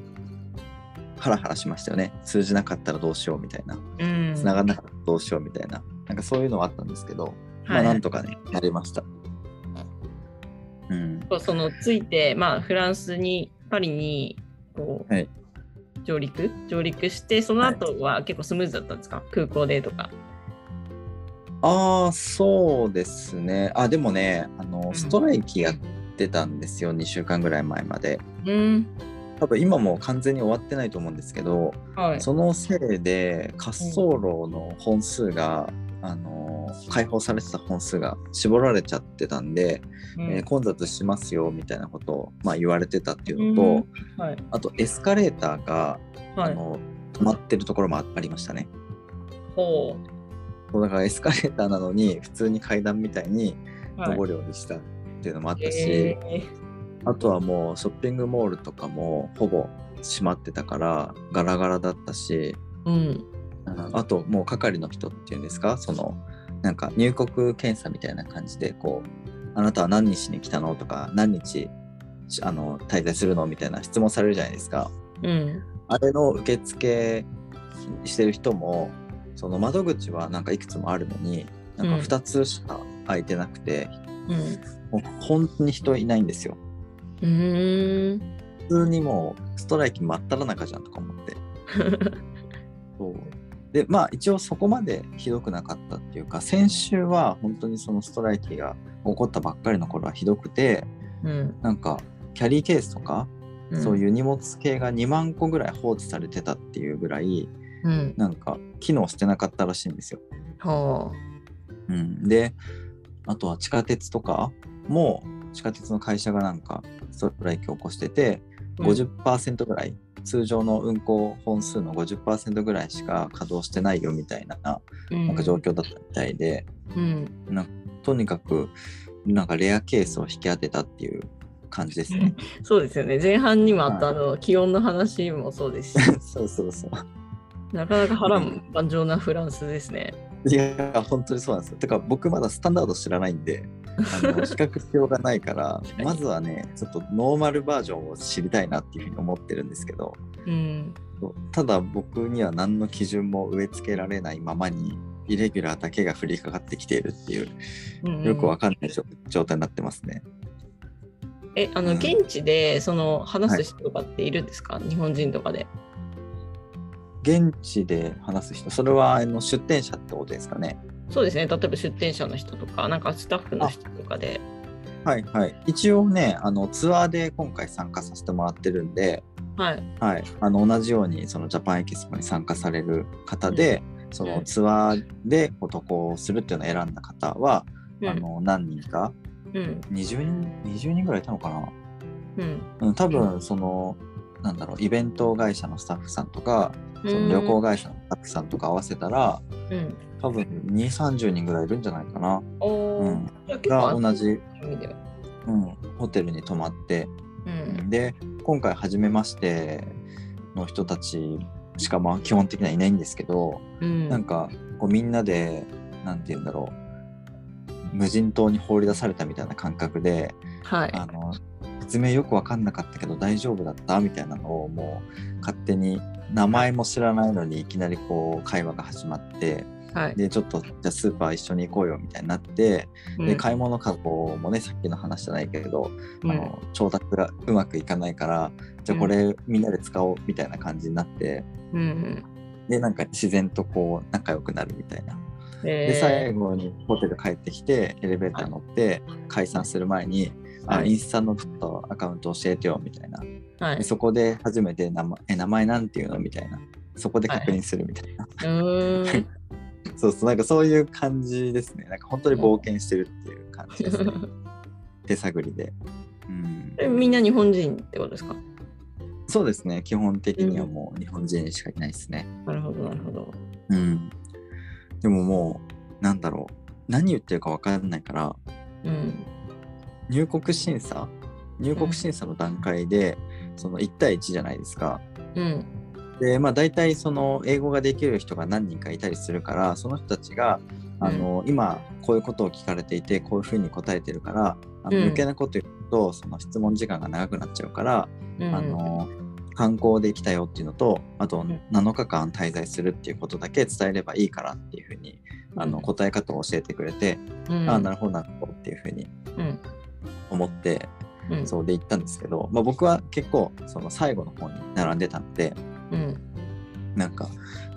Speaker 2: ハラハラしましたよね通じなかったらどうしようみたいな
Speaker 1: うん
Speaker 2: 繋がらなかったらどうしようみたいななんかそういうのはあったんですけど、まあ、
Speaker 1: はい
Speaker 2: なんとかねなりました。うん
Speaker 1: そうそのついて、まあ、フランスにパリにこう、
Speaker 2: はい
Speaker 1: 上陸上陸してその後は結構スムーズだったんですか、空港でとか。
Speaker 2: ああ、そうですね。あ、でもね、あ
Speaker 1: ん
Speaker 2: の、ストライキやってたんですよ、2週間ぐらい前まで。
Speaker 1: うん
Speaker 2: 多分今もう完全に終わってないと思うんですけど、
Speaker 1: はい、
Speaker 2: そのせいで滑走路の本数が、あの、解放されてた本数が絞られちゃってたんで、
Speaker 1: うん
Speaker 2: えー混雑しますよみたいなことを、まあ、言われてたっていうの
Speaker 1: う
Speaker 2: と
Speaker 1: ん、はい
Speaker 2: あとエスカレーターが、あ
Speaker 1: はい、
Speaker 2: の、止まってるところもあありましたね。
Speaker 1: ほ
Speaker 2: そうだからエスカレーターなのに、普通に階段みたいに、
Speaker 1: う、はい、
Speaker 2: 上り下りしたっていうのもあったし、
Speaker 1: え
Speaker 2: あとはもうショッピングモールとかもほぼ閉まってたからガラガラだったし、
Speaker 1: ーうん
Speaker 2: あともう係の人っていうんですかそのなんか入国検査みたいな感じでこうあなたは何日に来たのとか何日しあの滞在するのみたいな質問されるじゃないですか。
Speaker 1: うん
Speaker 2: あれの受付してる人もその窓口はなんかいくつもあるのになんか2つしか空いてなくて、
Speaker 1: うん
Speaker 2: もう本当に人いないんですよ。
Speaker 1: うーん
Speaker 2: 普通にもうストライキ真っ只中じゃんとか思ってそうでまあ一応そこまでひどくなかったっていうか先週は本当にそのストライキが起こったばっかりの頃はひどくて
Speaker 1: うん
Speaker 2: なんかキャリーケースとか、そう
Speaker 1: う
Speaker 2: いう荷物系が2万個ぐらい放置されてたっていうぐらい
Speaker 1: ん、うん、
Speaker 2: なんか機能してなかったらしいんですよ。
Speaker 1: ほ
Speaker 2: うん、であとは地下鉄とかも地下鉄の会社がなんかストライキを起こしてて
Speaker 1: う、
Speaker 2: 50%ぐらい、通常の運行本数の50%ぐらいしか稼働してないよみたいな
Speaker 1: うん、
Speaker 2: なんか状況だったみたいで、
Speaker 1: うん、
Speaker 2: とにかくなんかレアケースを引き当てたっていう感じですね。
Speaker 1: そうですよね前半にもあった、
Speaker 2: は
Speaker 1: あの気温の話もそうですし
Speaker 2: そうそうそう。
Speaker 1: なかなか波乱万丈なフランスですね。
Speaker 2: いや、本当にそうなんですよ。てか、僕まだスタンダード知らないんで、あの資格必要がないから、まずはね、ちょっとノーマルバージョンを知りたいなっていうふうに思ってるんですけど、
Speaker 1: うん、
Speaker 2: ただ僕には何の基準も植え付けられないままに、イレギュラーだけが降りかかってきているっていう、
Speaker 1: うん
Speaker 2: よくわかんない状状態になってますね。
Speaker 1: えあ
Speaker 2: う
Speaker 1: の
Speaker 2: ん
Speaker 1: 現地でその話す人とかっているんですか、日本人とかで。
Speaker 2: 現地で話す人、それはあの出店者ってことですかね。
Speaker 1: そうですね例えば出店者の人とかなんかスタッフの人とかで。
Speaker 2: はいはい。一応ね、あのツアーで今回参加させてもらってるんで、
Speaker 1: はい、
Speaker 2: はい、あの同じようにそのジャパンエキスポに参加される方で、そのツアーでこう渡航するっていうのを選んだ方は、
Speaker 1: うん
Speaker 2: あの何人か
Speaker 1: うん
Speaker 2: 20人20人ぐらいいたのかな、
Speaker 1: うん
Speaker 2: うん、多分その、なんだろうイベント会社のスタッフさんとか
Speaker 1: う
Speaker 2: そ
Speaker 1: ん、
Speaker 2: の旅行会社のスタッフさんとか合わせたら
Speaker 1: うん、
Speaker 2: 多分2 3 0人ぐらいいるんじゃないかな、
Speaker 1: お
Speaker 2: う
Speaker 1: ー
Speaker 2: ん、
Speaker 1: じゃあ結構
Speaker 2: が
Speaker 1: 安
Speaker 2: 同じ、
Speaker 1: 全意味では
Speaker 2: うん、ホテルに泊まって
Speaker 1: うん
Speaker 2: で今回初めましての人たちしかまあ基本的にはいないんですけど、
Speaker 1: うん
Speaker 2: なんかこうみんなでなんて言うんだろう無人島に放り出されたみたいな感覚で
Speaker 1: はい
Speaker 2: あの説明よく分かんなかったけど大丈夫だったみたいなのをもう勝手に名前も知らないのにいきなりこう会話が始まって
Speaker 1: はい。
Speaker 2: でちょっとじゃあスーパー一緒に行こうよみたいになって
Speaker 1: う
Speaker 2: で
Speaker 1: ん
Speaker 2: 買い物かごもねさっきの話じゃないけれどあ
Speaker 1: うん
Speaker 2: の調達がうまくいかないからじゃあこれみんなで使おうみたいな感じになって
Speaker 1: うん
Speaker 2: でなんか自然とこう仲良くなるみたいな。
Speaker 1: うん、え
Speaker 2: で
Speaker 1: ー
Speaker 2: 最後にホテル帰ってきてエレベーター乗って解散する前に、
Speaker 1: は
Speaker 2: あ
Speaker 1: い
Speaker 2: インスタのちょっとアカウント教えてよみたいな、
Speaker 1: はい
Speaker 2: で、そこで初めて名前え名前なんていうのみたいなそこで確認するみたい
Speaker 1: う
Speaker 2: な、
Speaker 1: ーん
Speaker 2: そうそうなんかそういう感じですねなんか本当に冒険してるっていう感じですね手探りで、うん、
Speaker 1: えみんな日本人ってことですか
Speaker 2: そうですね基本的にはもう日本人しかいないですね
Speaker 1: なるほどなるほど。
Speaker 2: うんでももうなんだろう何言ってるか分かんないから
Speaker 1: うん
Speaker 2: 入国審査入国審査の段階で、その1対1じゃないですか。
Speaker 1: うん
Speaker 2: でまあ大体その英語ができる人が何人かいたりするからその人たちがあの、今こういうことを聞かれていてこういうふうに答えてるからあの
Speaker 1: うん
Speaker 2: 余計なこと言うとその質問時間が長くなっちゃうから、
Speaker 1: うん
Speaker 2: あの観光で来たよっていうのとあと
Speaker 1: ん
Speaker 2: 7日間滞在するっていうことだけ伝えればいいからっていうふうにあの答え方を教えてくれて、
Speaker 1: うん、
Speaker 2: ああなるほどなるほどっていうふうに
Speaker 1: うん
Speaker 2: 思って
Speaker 1: うん
Speaker 2: そうで行ったんですけど、まあ、僕は結構その最後の方に並んでたんで
Speaker 1: うん
Speaker 2: なんか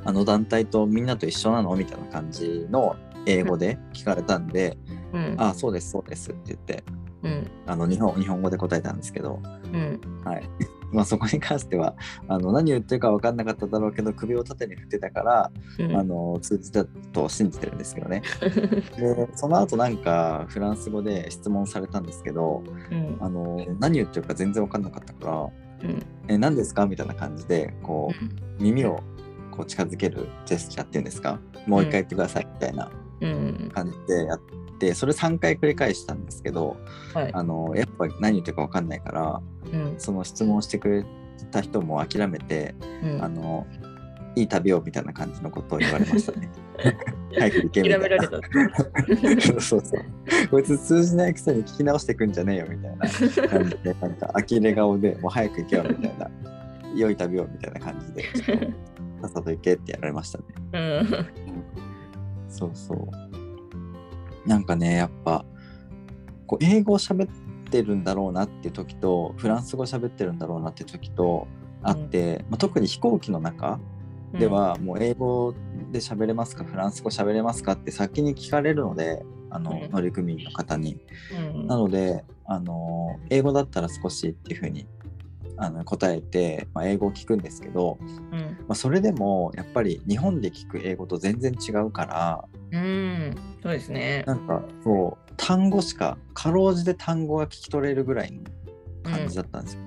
Speaker 2: あの団体とみんなと一緒なのみたいな感じの英語で聞かれたんで
Speaker 1: うん
Speaker 2: 「ああそうですそうです」って言って
Speaker 1: うん
Speaker 2: あの日本日本語で答えたんですけど、
Speaker 1: うん
Speaker 2: はい、 まあそこに関してはあの何言ってるか分かんなかっただろうけど首を縦に振ってたから、
Speaker 1: うん
Speaker 2: あの通じたと信じてるんですけどね。でその後なんかフランス語で質問されたんですけど
Speaker 1: うん
Speaker 2: あの何言ってるか全然分かんなかったから。
Speaker 1: うん
Speaker 2: え何ですかみたいな感じでこう耳をこう近づけるジェスチャーっていうんですかもう一回言ってくださいみたいな
Speaker 1: うん
Speaker 2: 感じでやってそれ3回繰り返したんですけど
Speaker 1: はい
Speaker 2: あのやっぱ何言ってるか分かんないから
Speaker 1: うん
Speaker 2: その質問してくれた人も諦めて
Speaker 1: うん
Speaker 2: あのいい旅をみたいな感じのことを言われ ましたね。早く行けみた
Speaker 1: 諦
Speaker 2: い
Speaker 1: めら
Speaker 2: な
Speaker 1: れた。
Speaker 2: そう そうそう。こいつ通じないくせに聞き直してくんじゃねえよみたいな感じで、なんか呆れ顔でもう早く行けよみたい な、良い旅をみたいな感じで、ちょっとさっさと行けってやられましたね。
Speaker 1: うん
Speaker 2: そうそう。なんかね、やっぱ、こう英語を喋ってるんだろうなって時と、フランス語喋ってるんだろうなって時とあって、まあ、特に飛行機の中、 で、はもう英語で喋れますかフランス語喋れますかって先に聞かれるのであの
Speaker 1: うん
Speaker 2: 乗組員の方に。
Speaker 1: うん
Speaker 2: なのであの英語だったら少しっていう風にあの答えて、まあ、英語を聞くんですけど、
Speaker 1: うん
Speaker 2: まあ、それでもやっぱり日本で聞く英語と全然違うから
Speaker 1: うんそうですね。
Speaker 2: なんかそう単語しかかろうじて単語が聞き取れるぐらいの感じだったんですよ。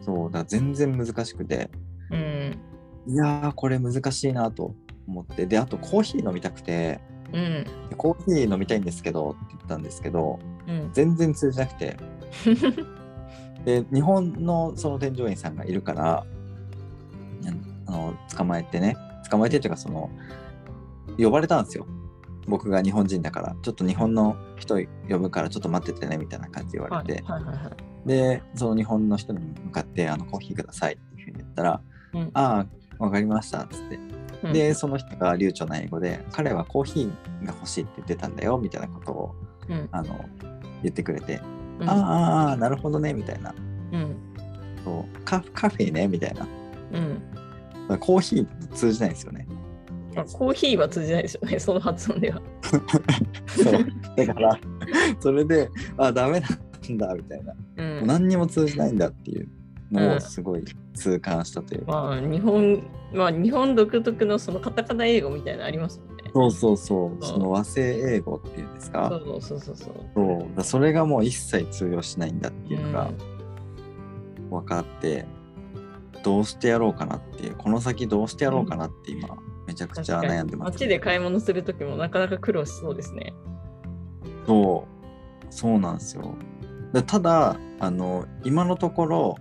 Speaker 2: そうだから全然難しくて。
Speaker 1: うん
Speaker 2: いやーこれ難しいなと思ってであとコーヒー飲みたくて
Speaker 1: うん
Speaker 2: でコーヒー飲みたいんですけどって言ったんですけど
Speaker 1: うん
Speaker 2: 全然通じな くてで日本のその添乗員さんがいるからあのあの捕まえてね捕まえてというかその呼ばれたんですよ僕が日本人だからちょっと日本の人呼ぶからちょっと待っててねみたいな感じで言われて、
Speaker 1: はいはいはいはい
Speaker 2: でその日本の人に向かってあのコーヒーくださいっていうふうに言ったら、
Speaker 1: うん
Speaker 2: ああわかりましたっつって、
Speaker 1: うん
Speaker 2: でその人が流暢な英語で彼はコーヒーが欲しいって言ってたんだよみたいなことを
Speaker 1: うん
Speaker 2: あの言ってくれて、
Speaker 1: うん
Speaker 2: ああああなるほどねみたいな
Speaker 1: うん
Speaker 2: そうカカフェねみたいな
Speaker 1: うん
Speaker 2: コーヒーと通じないんですよね
Speaker 1: あコーヒーは通じないですよねそ の発音では
Speaker 2: そうだからそれであダメなんだみたい な、
Speaker 1: うん
Speaker 2: 何にも通じないんだっていうの
Speaker 1: う
Speaker 2: を
Speaker 1: ん
Speaker 2: すごい痛感したというか、
Speaker 1: まあ日本まあ日本独特のそのカタカナ英語みたいなのありますもんね
Speaker 2: そうそうそうその和製英語っていうんですか、
Speaker 1: そうそうそうそう
Speaker 2: そうだからそれがもう一切通用しないんだっていうのが
Speaker 1: う
Speaker 2: 分かって、どうしてやろうかなっていうこの先どうしてやろうかなって今めちゃくちゃ悩んでます
Speaker 1: 街で買い物する時もなかなか苦労しそうですね
Speaker 2: そうそうなんですよだただあの今のところ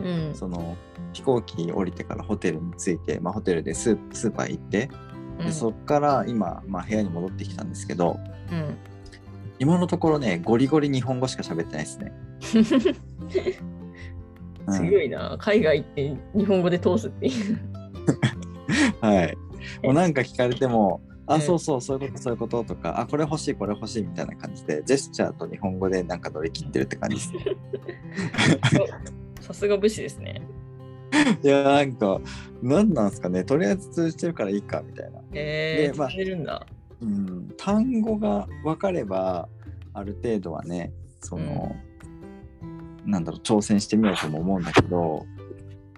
Speaker 1: うん
Speaker 2: その飛行機降りてからホテルに着いて、まあ、ホテルでスースーパー行って、
Speaker 1: うん
Speaker 2: でそっから今、まあ、部屋に戻ってきたんですけど
Speaker 1: うん
Speaker 2: 今のところねゴリゴリ日本語しか喋ってないで すね、うん
Speaker 1: すごいな、海外行って日本語で通すっていう。
Speaker 2: はい。もうなんか聞かれても、
Speaker 1: う
Speaker 2: あ、
Speaker 1: ん
Speaker 2: そうそう、そういうこと、そういうこととか、あ、これ欲しい、これ欲しいみたいな感じで、ジェスチャーと日本語でなんか乗り切ってるって感じです。
Speaker 1: さすが武士ですね。
Speaker 2: いや、なんか、なんなんですかね、とりあえず通じてるからいいかみたいな。
Speaker 1: え
Speaker 2: で
Speaker 1: ー、
Speaker 2: まあ
Speaker 1: 通じるんだ。
Speaker 2: うん、単語が分かれば、ある程度はね、その、なんだろう、挑戦してみようとも思うんだけど、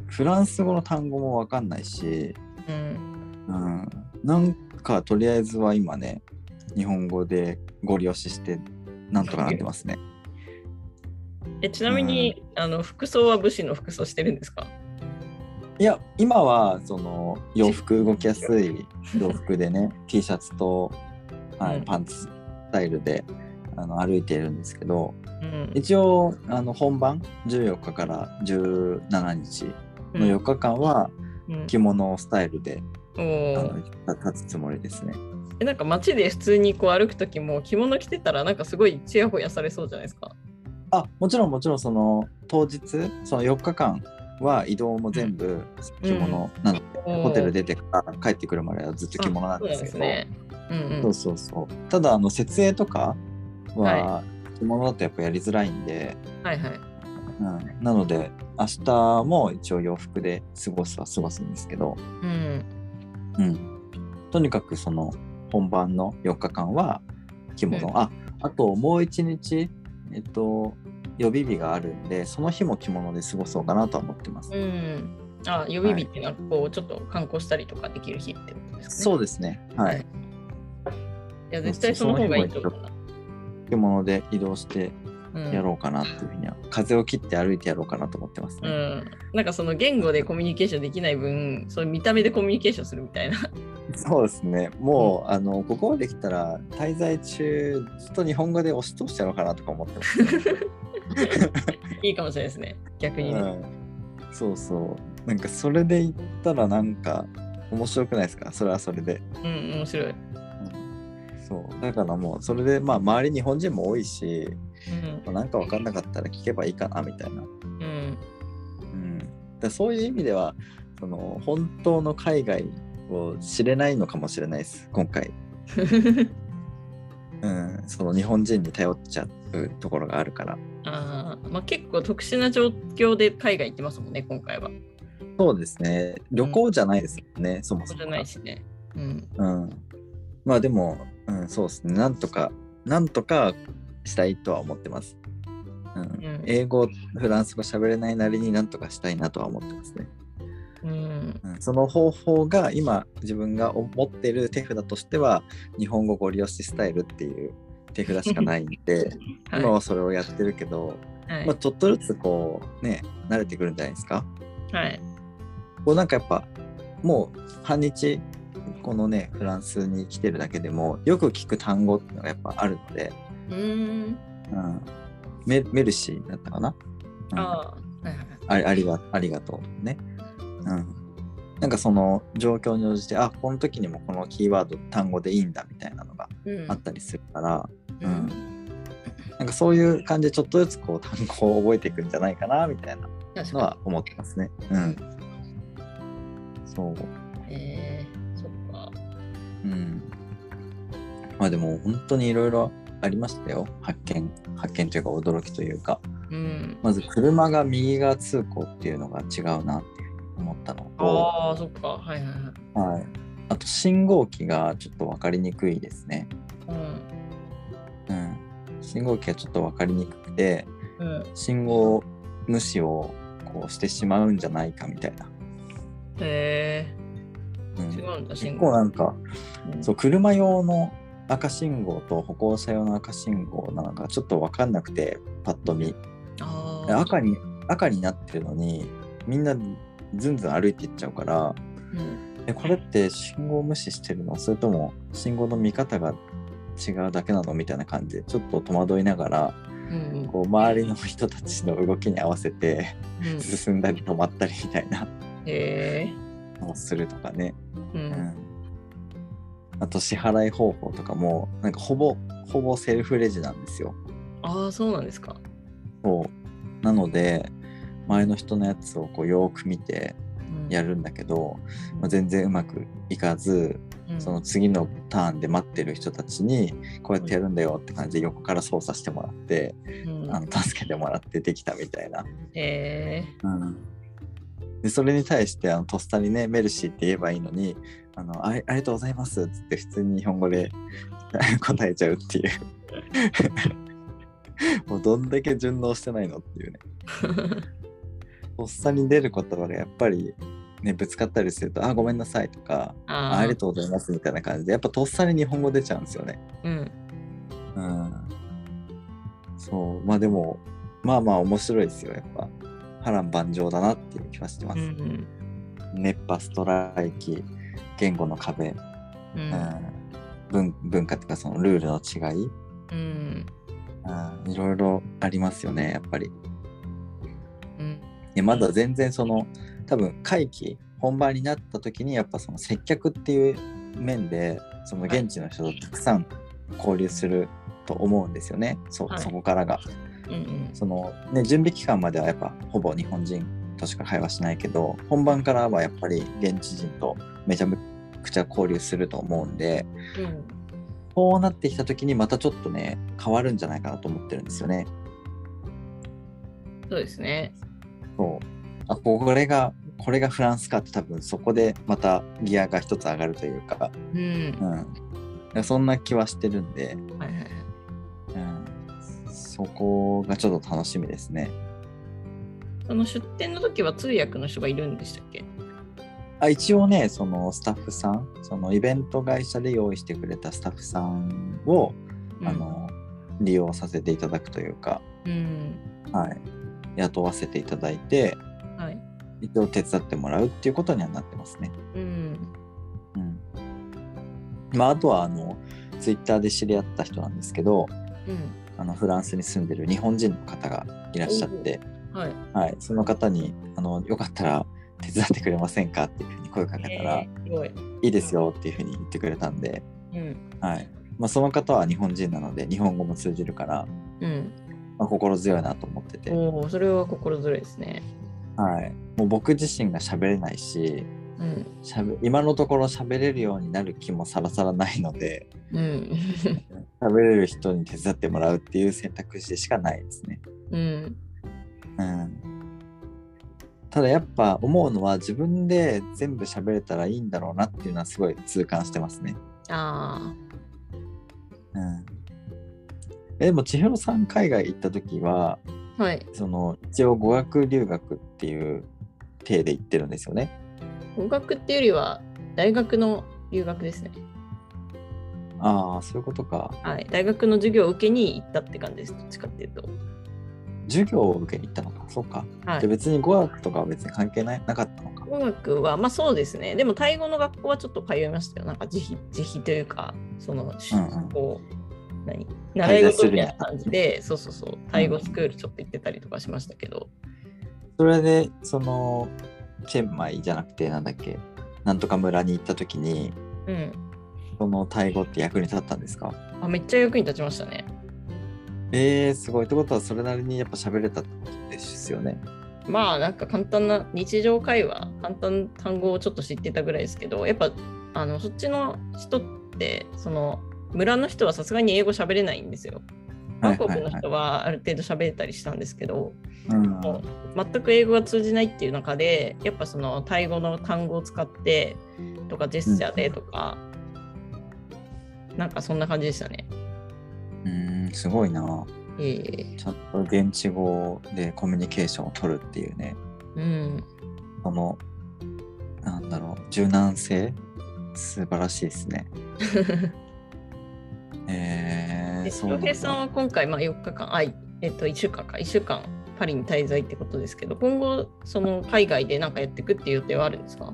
Speaker 2: フランス語の単語も分かんないし、
Speaker 1: うん。
Speaker 2: うん、なんかとりあえずは今ね日本語でご利用ししてなんとかなってますね。
Speaker 1: えちなみに、あの服装は武士の服装してるんですか
Speaker 2: いや今はその洋服動きやすい洋服でね T シャツと、はい
Speaker 1: うん
Speaker 2: パンツスタイルであの歩いているんですけど
Speaker 1: うん。
Speaker 2: 一応あの本番14日から17日の4日間は
Speaker 1: うん
Speaker 2: 着物スタイルで、
Speaker 1: お
Speaker 2: あ
Speaker 1: ー
Speaker 2: の立つつもりですね。
Speaker 1: えなんか街で普通にこう歩く時も着物着てたらなんかすごいちやほやされそうじゃないですか。
Speaker 2: あもちろんもちろんその当日その4日間は移動も全部着物なので、ホテル
Speaker 1: で
Speaker 2: 出てから帰ってくるまではずっと着物なん
Speaker 1: そう
Speaker 2: で
Speaker 1: なんで
Speaker 2: す
Speaker 1: す
Speaker 2: けど
Speaker 1: ね。うん
Speaker 2: そううそうそうただあの設営とかは
Speaker 1: は
Speaker 2: 着物だとやっぱやりづらいんで、
Speaker 1: ん。はいはい。
Speaker 2: うん、なので明日も一応洋服で過ごすは過ごすんですけど、
Speaker 1: うん。
Speaker 2: うん、とにかくその本番の4日間は着物、ああともう1日えっと予備日があるんでその日も着物で過ごそうかなとは思ってます、
Speaker 1: うん。あ、予備日ってなんかこうちょっと観光したりとかできる日ってことですかね。
Speaker 2: そうですねはい、
Speaker 1: はいいや絶対その方がいいと思うな。
Speaker 2: 着物で移動して
Speaker 1: うん
Speaker 2: やろうかなっていうふうには、風を切って歩いてやろうかなと思ってます
Speaker 1: う
Speaker 2: ね、
Speaker 1: ん、なんかその言語でコミュニケーションできない分そう見た目でコミュニケーションするみたいな
Speaker 2: そうですねもう、あのここまで来たら滞在中ずっと日本語で押し通してやろうかなとか思って ます、
Speaker 1: いいかもしれないですね逆
Speaker 2: う
Speaker 1: にね、
Speaker 2: ん、そうそうなんかそれで行ったらなんか面白くないですかそれはそれで、
Speaker 1: うん、面白い、うん
Speaker 2: そうだからもうそれでまあ周り日本人も多いし、まあなんか分かんなかったら聞けばいいかなみたいな、
Speaker 1: うん、
Speaker 2: うん、だからそういう意味ではその本当の海外を知れないのかもしれないです今回、 うん、その日本人に頼っちゃうところがあるから
Speaker 1: あーまあ結構特殊な状況で海外行ってますもんね今回は
Speaker 2: そうですね旅行じゃないですもんね、そも
Speaker 1: そ
Speaker 2: そ
Speaker 1: う
Speaker 2: も
Speaker 1: じゃないしねうん
Speaker 2: うん、まあでも、うん、そうですねなんとかなんとかしたいとは思ってます、うん
Speaker 1: ん
Speaker 2: 英語フランス語喋れないなりになんとかしたいなとは思ってますね、
Speaker 1: うん
Speaker 2: うん、その方法が今自分が持ってる手札としては日本語ご利用しスタイルっていう手札しかないんで
Speaker 1: はい
Speaker 2: 今 はそれをやってるけど、
Speaker 1: はい
Speaker 2: まあ、ちょっとずつこうね慣れてくるんじゃないですか
Speaker 1: はい
Speaker 2: こうなんかやっぱもう半日このねフランスに来てるだけでもよく聞く単語っていうのがやっぱあるので、
Speaker 1: うーん
Speaker 2: うん、メメルシーだったかな、うん
Speaker 1: ああはいはい
Speaker 2: ありありがありがとうね、うん、なんかその状況に応じてあこの時にもこのキーワード単語でいいんだみたいなのが
Speaker 1: うん
Speaker 2: あったりするから、うんなんかそういう感じでちょっとずつこう単語を覚えていくんじゃないかなみたいな
Speaker 1: 確
Speaker 2: の
Speaker 1: か
Speaker 2: は思ってますね。うん、そう、
Speaker 1: に。えー、そっか。
Speaker 2: うん、まあでも本当にいろいろありましたよ発見発見というか驚きというか
Speaker 1: うん。
Speaker 2: まず車が右側通行っていうのが違うなって思ったのと
Speaker 1: ああ、そっか。はいはいはい。
Speaker 2: はい、あと信号機がちょっと分かりにくいですね。
Speaker 1: うん。
Speaker 2: うん、信号機がちょっと分かりにくくて
Speaker 1: うん、
Speaker 2: 信号無視をこうしてしまうんじゃないかみたいな。
Speaker 1: へえ。
Speaker 2: うん
Speaker 1: 違うんだ、
Speaker 2: 結
Speaker 1: 信
Speaker 2: 構
Speaker 1: 号。
Speaker 2: なんかそう車用の赤信号と歩行者用の赤信号なのかちょっと分かんなくてパッと見
Speaker 1: ああ。
Speaker 2: 赤に赤になってるのにみんなずんずん歩いていっちゃうから
Speaker 1: うん。
Speaker 2: えこれって信号無視してるのそれとも信号の見方が違うだけなのみたいな感じでちょっと戸惑いながら
Speaker 1: うん。
Speaker 2: こう周りの人たちの動きに合わせて
Speaker 1: うん、へ
Speaker 2: 進んだり止まったりみたいな
Speaker 1: え。
Speaker 2: のをするとかね、
Speaker 1: う。
Speaker 2: うんん、あと支払い方法とかもなんかほぼほぼセルフレジなんですよ
Speaker 1: ああ、そうなんですか。
Speaker 2: そうなので周りの人のやつをこうよーく見て
Speaker 1: うん
Speaker 2: やるんだけど、まあ、全然うまくいかず
Speaker 1: うん
Speaker 2: その次のターンで待ってる人たちにこうやってやるんだよって感じで横から操作してもらって
Speaker 1: うん
Speaker 2: あの助けてもらってできたみたいな、
Speaker 1: へえ。
Speaker 2: でそれに対してあのとっさにねメルシーって言えばいいのにあのありありがとうございますっつって普通に日本語で 答えちゃうっていう もうどんだけ順応してないのっていうね とっさに出る言葉がやっぱりねぶつかったりすると「あごめんなさい」とか「あ
Speaker 1: あ
Speaker 2: あ
Speaker 1: あ
Speaker 2: りがとうございます」みたいな感じでやっぱとっさに日本語出ちゃうんですよね。
Speaker 1: うん。
Speaker 2: うんそうまあでもまあまあ面白いですよやっぱ波乱万丈だなっていう気はしてま
Speaker 1: う
Speaker 2: す、
Speaker 1: ん。
Speaker 2: 熱波ストライキ言語の壁、うん
Speaker 1: うん。
Speaker 2: 文文化とかそのルールの違い、
Speaker 1: うん。
Speaker 2: うん、いろいろありますよねやっぱり
Speaker 1: うん。
Speaker 2: でまだ全然その多分会期本番になった時にやっぱその接客っていう面でその現地の人とたくさん交流すると思うんですよね、そ
Speaker 1: はい
Speaker 2: そこからが。
Speaker 1: うん。
Speaker 2: そのね、準備期間まではやっぱほぼ日本人としか会話しないけど本番からはやっぱり現地人とめちゃくちゃ交流すると思うんで
Speaker 1: うん。
Speaker 2: こうなってきた時にまたちょっとね変わるんじゃないかなと思ってるんですよね。
Speaker 1: そうですね。
Speaker 2: そうあこれがこれがフランスかって多分そこでまたギアが一つ上がるというか,、
Speaker 1: うん
Speaker 2: う。ん、だからそんな気はしてるんで、
Speaker 1: はいはいはい。
Speaker 2: うん、そこがちょっと楽しみですね。
Speaker 1: その出店の時は通訳の人がいるんでしたっけ
Speaker 2: あ一応ねそのスタッフさんそのイベント会社で用意してくれたスタッフさんを、あ、の利用させていただくというか、
Speaker 1: うん。
Speaker 2: はい、雇わせていただいて
Speaker 1: うん。はい。
Speaker 2: 一応手伝ってもらうっていうことにはなってますね。
Speaker 1: うん。
Speaker 2: うんまあ、あとはあのツイッターで知り合った人なんですけど
Speaker 1: うん。
Speaker 2: あのフランスに住んでる日本人の方がいらっしゃって、
Speaker 1: はい。
Speaker 2: はい、その方にあのよかったら手伝ってくれませんかっていうふうに声かけたら、
Speaker 1: えーすごい。
Speaker 2: いいですよっていうふうに言ってくれたんで。
Speaker 1: うん。
Speaker 2: はいまあ、その方は日本人なので日本語も通じるから、
Speaker 1: うん。
Speaker 2: まあ、心強いなと思ってて、
Speaker 1: おお、それは心強いですね。
Speaker 2: はい、もう僕自身が喋れないし
Speaker 1: うん。
Speaker 2: しゃべ今のところ喋れるようになる気もさらさらないので
Speaker 1: うん。
Speaker 2: 喋れる人に手伝ってもらうっていう選択肢しかないですね。
Speaker 1: うん。
Speaker 2: うん、ただやっぱ思うのは自分で全部喋れたらいいんだろうなっていうのはすごい痛感してますね。
Speaker 1: あ
Speaker 2: うん、えでも千尋さん海外行った時は
Speaker 1: あ。はい。
Speaker 2: その一応語学留学っていう体で言ってるんですよね。
Speaker 1: 語学っていうよりは、大学の留学ですね。
Speaker 2: ああそういうことか。
Speaker 1: はい。大学の授業を受けに行ったって感じです。どっちかっていうと。
Speaker 2: 授業を受けに行ったのかそうか。
Speaker 1: は
Speaker 2: じゃあ
Speaker 1: い。
Speaker 2: 別に語学とかは別に関係ないなかったのか。
Speaker 1: 語学は、まあそうですね。でも、タイ語の学校はちょっと通いましたよ。なんか、自費、自費というか、その、
Speaker 2: うん
Speaker 1: こう、何習
Speaker 2: 滞
Speaker 1: い
Speaker 2: 在
Speaker 1: 事
Speaker 2: す
Speaker 1: み
Speaker 2: る
Speaker 1: た
Speaker 2: や
Speaker 1: い
Speaker 2: ん
Speaker 1: な感じで、そうそうそう、タイ語スクールちょっと行ってたりとかしましたけど、
Speaker 2: それでそのチェンマイじゃなくてなんだっけなんとか村に行った時に
Speaker 1: うん。
Speaker 2: そのタイ語って役に立ったんですか
Speaker 1: あ、めっちゃ役に立ちましたね。
Speaker 2: えー、すごいってことはそれなりにやっぱ喋れたってことですよね。
Speaker 1: まあなんか簡単な日常会話簡単な単語をちょっと知ってたぐらいですけどやっぱあのそっちの人ってその村の人はさすがに英語喋れないんですよ。韓国の人はある程度喋れたりしたんですけど、
Speaker 2: うん
Speaker 1: もう全く英語が通じないっていう中でやっぱそのタイ語の単語を使ってとかジェスチャーでとか、なんかそんな感じでしたね。
Speaker 2: うーんすごいな。
Speaker 1: いえいえ
Speaker 2: ちゃんと現地語でコミュニケーションを取るっていうね、
Speaker 1: うん、
Speaker 2: その、なんだろう、柔軟性、素晴らしいで すね。え
Speaker 1: で
Speaker 2: ー、そうな
Speaker 1: 洋
Speaker 2: ん
Speaker 1: 平さん
Speaker 2: だ。
Speaker 1: は今回、まあ、4日間、あいえっと、1週間か、1週間、パリに滞在ってことですけど、今後、その海外で何かやっていくっていう予定はあるんですか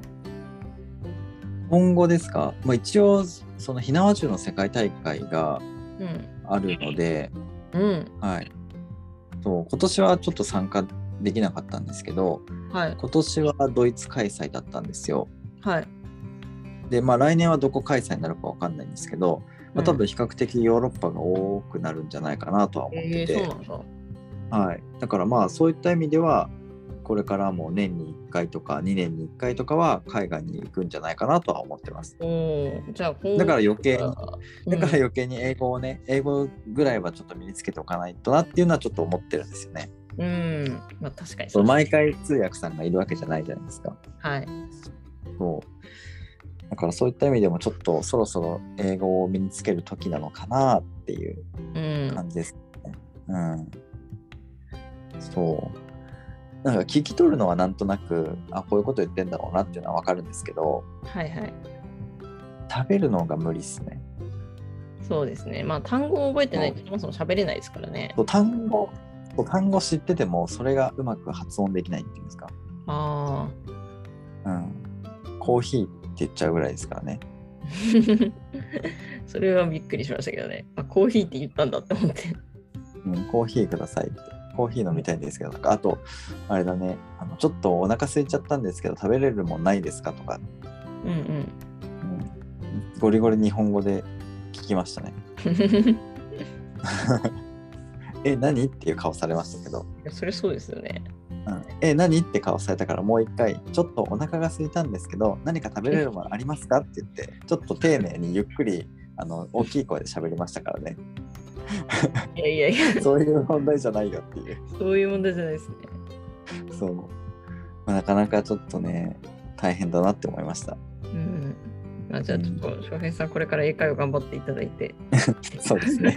Speaker 2: 今後ですか、まあ、一応、その火縄銃の世界大会が
Speaker 1: うん。
Speaker 2: あるので、
Speaker 1: うん。
Speaker 2: はい。そう今年はちょっと参加できなかったんですけど、
Speaker 1: はい。
Speaker 2: 今年はドイツ開催だったんですよ。
Speaker 1: はい。
Speaker 2: で、まあ来年はどこ開催になるかわかんないんですけど、まあ、多
Speaker 1: う
Speaker 2: 分
Speaker 1: ん
Speaker 2: 比較的ヨーロッパが多くなるんじゃないかなとは思っ
Speaker 1: えー、
Speaker 2: てて、
Speaker 1: そうなんだ。
Speaker 2: はい、だからまあそういった意味ではこれからも年に1回とか2年に1回とかは海外に行くんじゃないかなとは思ってます。
Speaker 1: おおーじゃあ今後、
Speaker 2: だから余計に
Speaker 1: うん
Speaker 2: だから余計に英語をね、英語ぐらいはちょっと身につけておかないとなっていうのはちょっと思ってるんですよね。
Speaker 1: うん。まあ、確かに
Speaker 2: そう
Speaker 1: です
Speaker 2: 毎回通訳さんがいるわけじゃないじゃないですか。
Speaker 1: はい。
Speaker 2: そうだからそういった意味でもちょっとそろそろ英語を身につける時なのかなっていう
Speaker 1: うん。
Speaker 2: 感じですね。うん。そう。なんか聞き取るのはなんとなく、あ、こういうこと言ってんだろうなっていうのはわかるんですけど、
Speaker 1: はいはい。
Speaker 2: 食べるのが無理っすね。
Speaker 1: そうですね。まあ、単語を覚えてないと、そもそも喋れないですからね。
Speaker 2: そう単語、そう単語知ってても、それがうまく発音できないっていうんですか。
Speaker 1: あ あ。
Speaker 2: うん。コーヒーって言っちゃうぐらいですからね。
Speaker 1: それはびっくりしましたけどね。あ、コーヒーって言ったんだって思って。
Speaker 2: うん、コーヒーくださいって。コーヒー飲みたいんですけどとか、あと、あれだね、あのちょっとお腹空いちゃったんですけど、食べれるもんないですかとか、
Speaker 1: うんうん。
Speaker 2: うん、ゴリゴリ日本語で聞きましたね。え、何っていう顔されましたけど、
Speaker 1: いや それそうですよね。
Speaker 2: うん、え、何って顔されたからもう一回、ちょっとお腹が空いたんですけど、何か食べれるものありますかって言って、ちょっと丁寧にゆっくり、あの、大きい声で喋りましたからね。
Speaker 1: いやいやいや、
Speaker 2: そういう問題じゃないよっていう。
Speaker 1: そういう問題じゃないですね。
Speaker 2: そう。まあなかなかちょっとね、大変だなって思いました。
Speaker 1: うん。まあ、じゃあちょっと、翔平さん、これから英会話頑張っていただいて。
Speaker 2: そうです ね。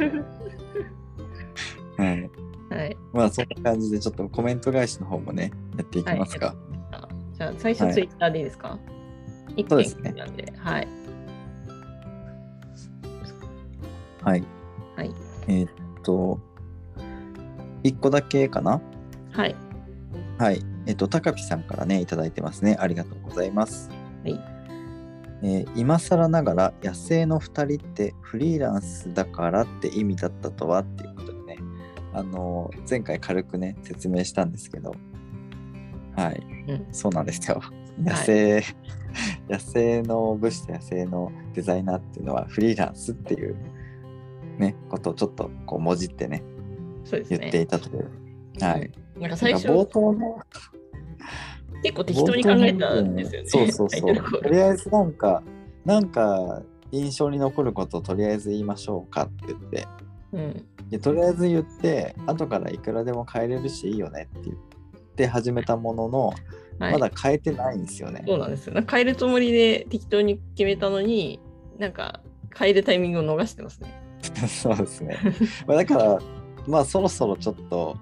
Speaker 2: はい。
Speaker 1: はい。
Speaker 2: まあ、そんな感じで、ちょっとコメント返しの方もね、やっていきますか。
Speaker 1: あじゃあ、最初ツイッターでいいですか、一
Speaker 2: そ
Speaker 1: 件
Speaker 2: うですね
Speaker 1: なんで。はい。
Speaker 2: はい。
Speaker 1: はい。
Speaker 2: えーっと、1個だけかな
Speaker 1: はい。
Speaker 2: はい。えっと、高木さんからね、いただいてますね。ありがとうございます。
Speaker 1: はい。
Speaker 2: えー今更ながら、野生の2人ってフリーランスだからって意味だったとはっていうことでね、あのー前回軽くね、説明したんですけど、はい。
Speaker 1: うん
Speaker 2: そうなんですよ。野生、 野生の武士と野生のデザイナーっていうのはフリーランスっていう、ね、ことをちょっとこう、もじってね、
Speaker 1: そうです
Speaker 2: 言って
Speaker 1: ね。
Speaker 2: いたという。はい。
Speaker 1: なんか最初、
Speaker 2: なんか冒頭の
Speaker 1: 結構適当に考えたんですよね。
Speaker 2: そうそ うそ
Speaker 1: タイトルコ
Speaker 2: う。
Speaker 1: ー
Speaker 2: と
Speaker 1: ル
Speaker 2: りあえずなんか、なんか印象に残ることをとりあえず言いましょうかって言って、
Speaker 1: うん。
Speaker 2: でとりあえず言って、後からいくらでも変えれるしいいよねって言って始めたものの、
Speaker 1: はい。
Speaker 2: まだ変えてないんですよね。
Speaker 1: そうなんですよ。なんか変えるつもりで適当に決めたのに、なんか変えるタイミングを逃してますね。
Speaker 2: そうですね。まあだから、まあそろそろちょっと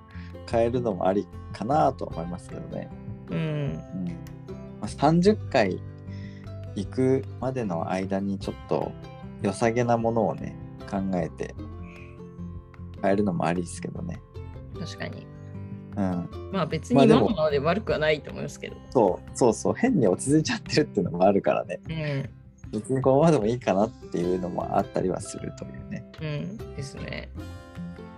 Speaker 2: 変えるのもありかなとは思いますけどね。
Speaker 1: うん。
Speaker 2: うんまあ、30回行くまでの間にちょっと良さげなものをね考えて変えるのもありですけどね、
Speaker 1: 確かに。
Speaker 2: うん、
Speaker 1: まあ別
Speaker 2: ま
Speaker 1: に
Speaker 2: あで
Speaker 1: 今
Speaker 2: も
Speaker 1: のままで悪くはないと思いますけど。
Speaker 2: そうそうそう変に落ち着いちゃってるっていうのもあるからね
Speaker 1: うん。
Speaker 2: 別にこのままでもいいかなっていうのもあったりはするというね
Speaker 1: うん。ですね。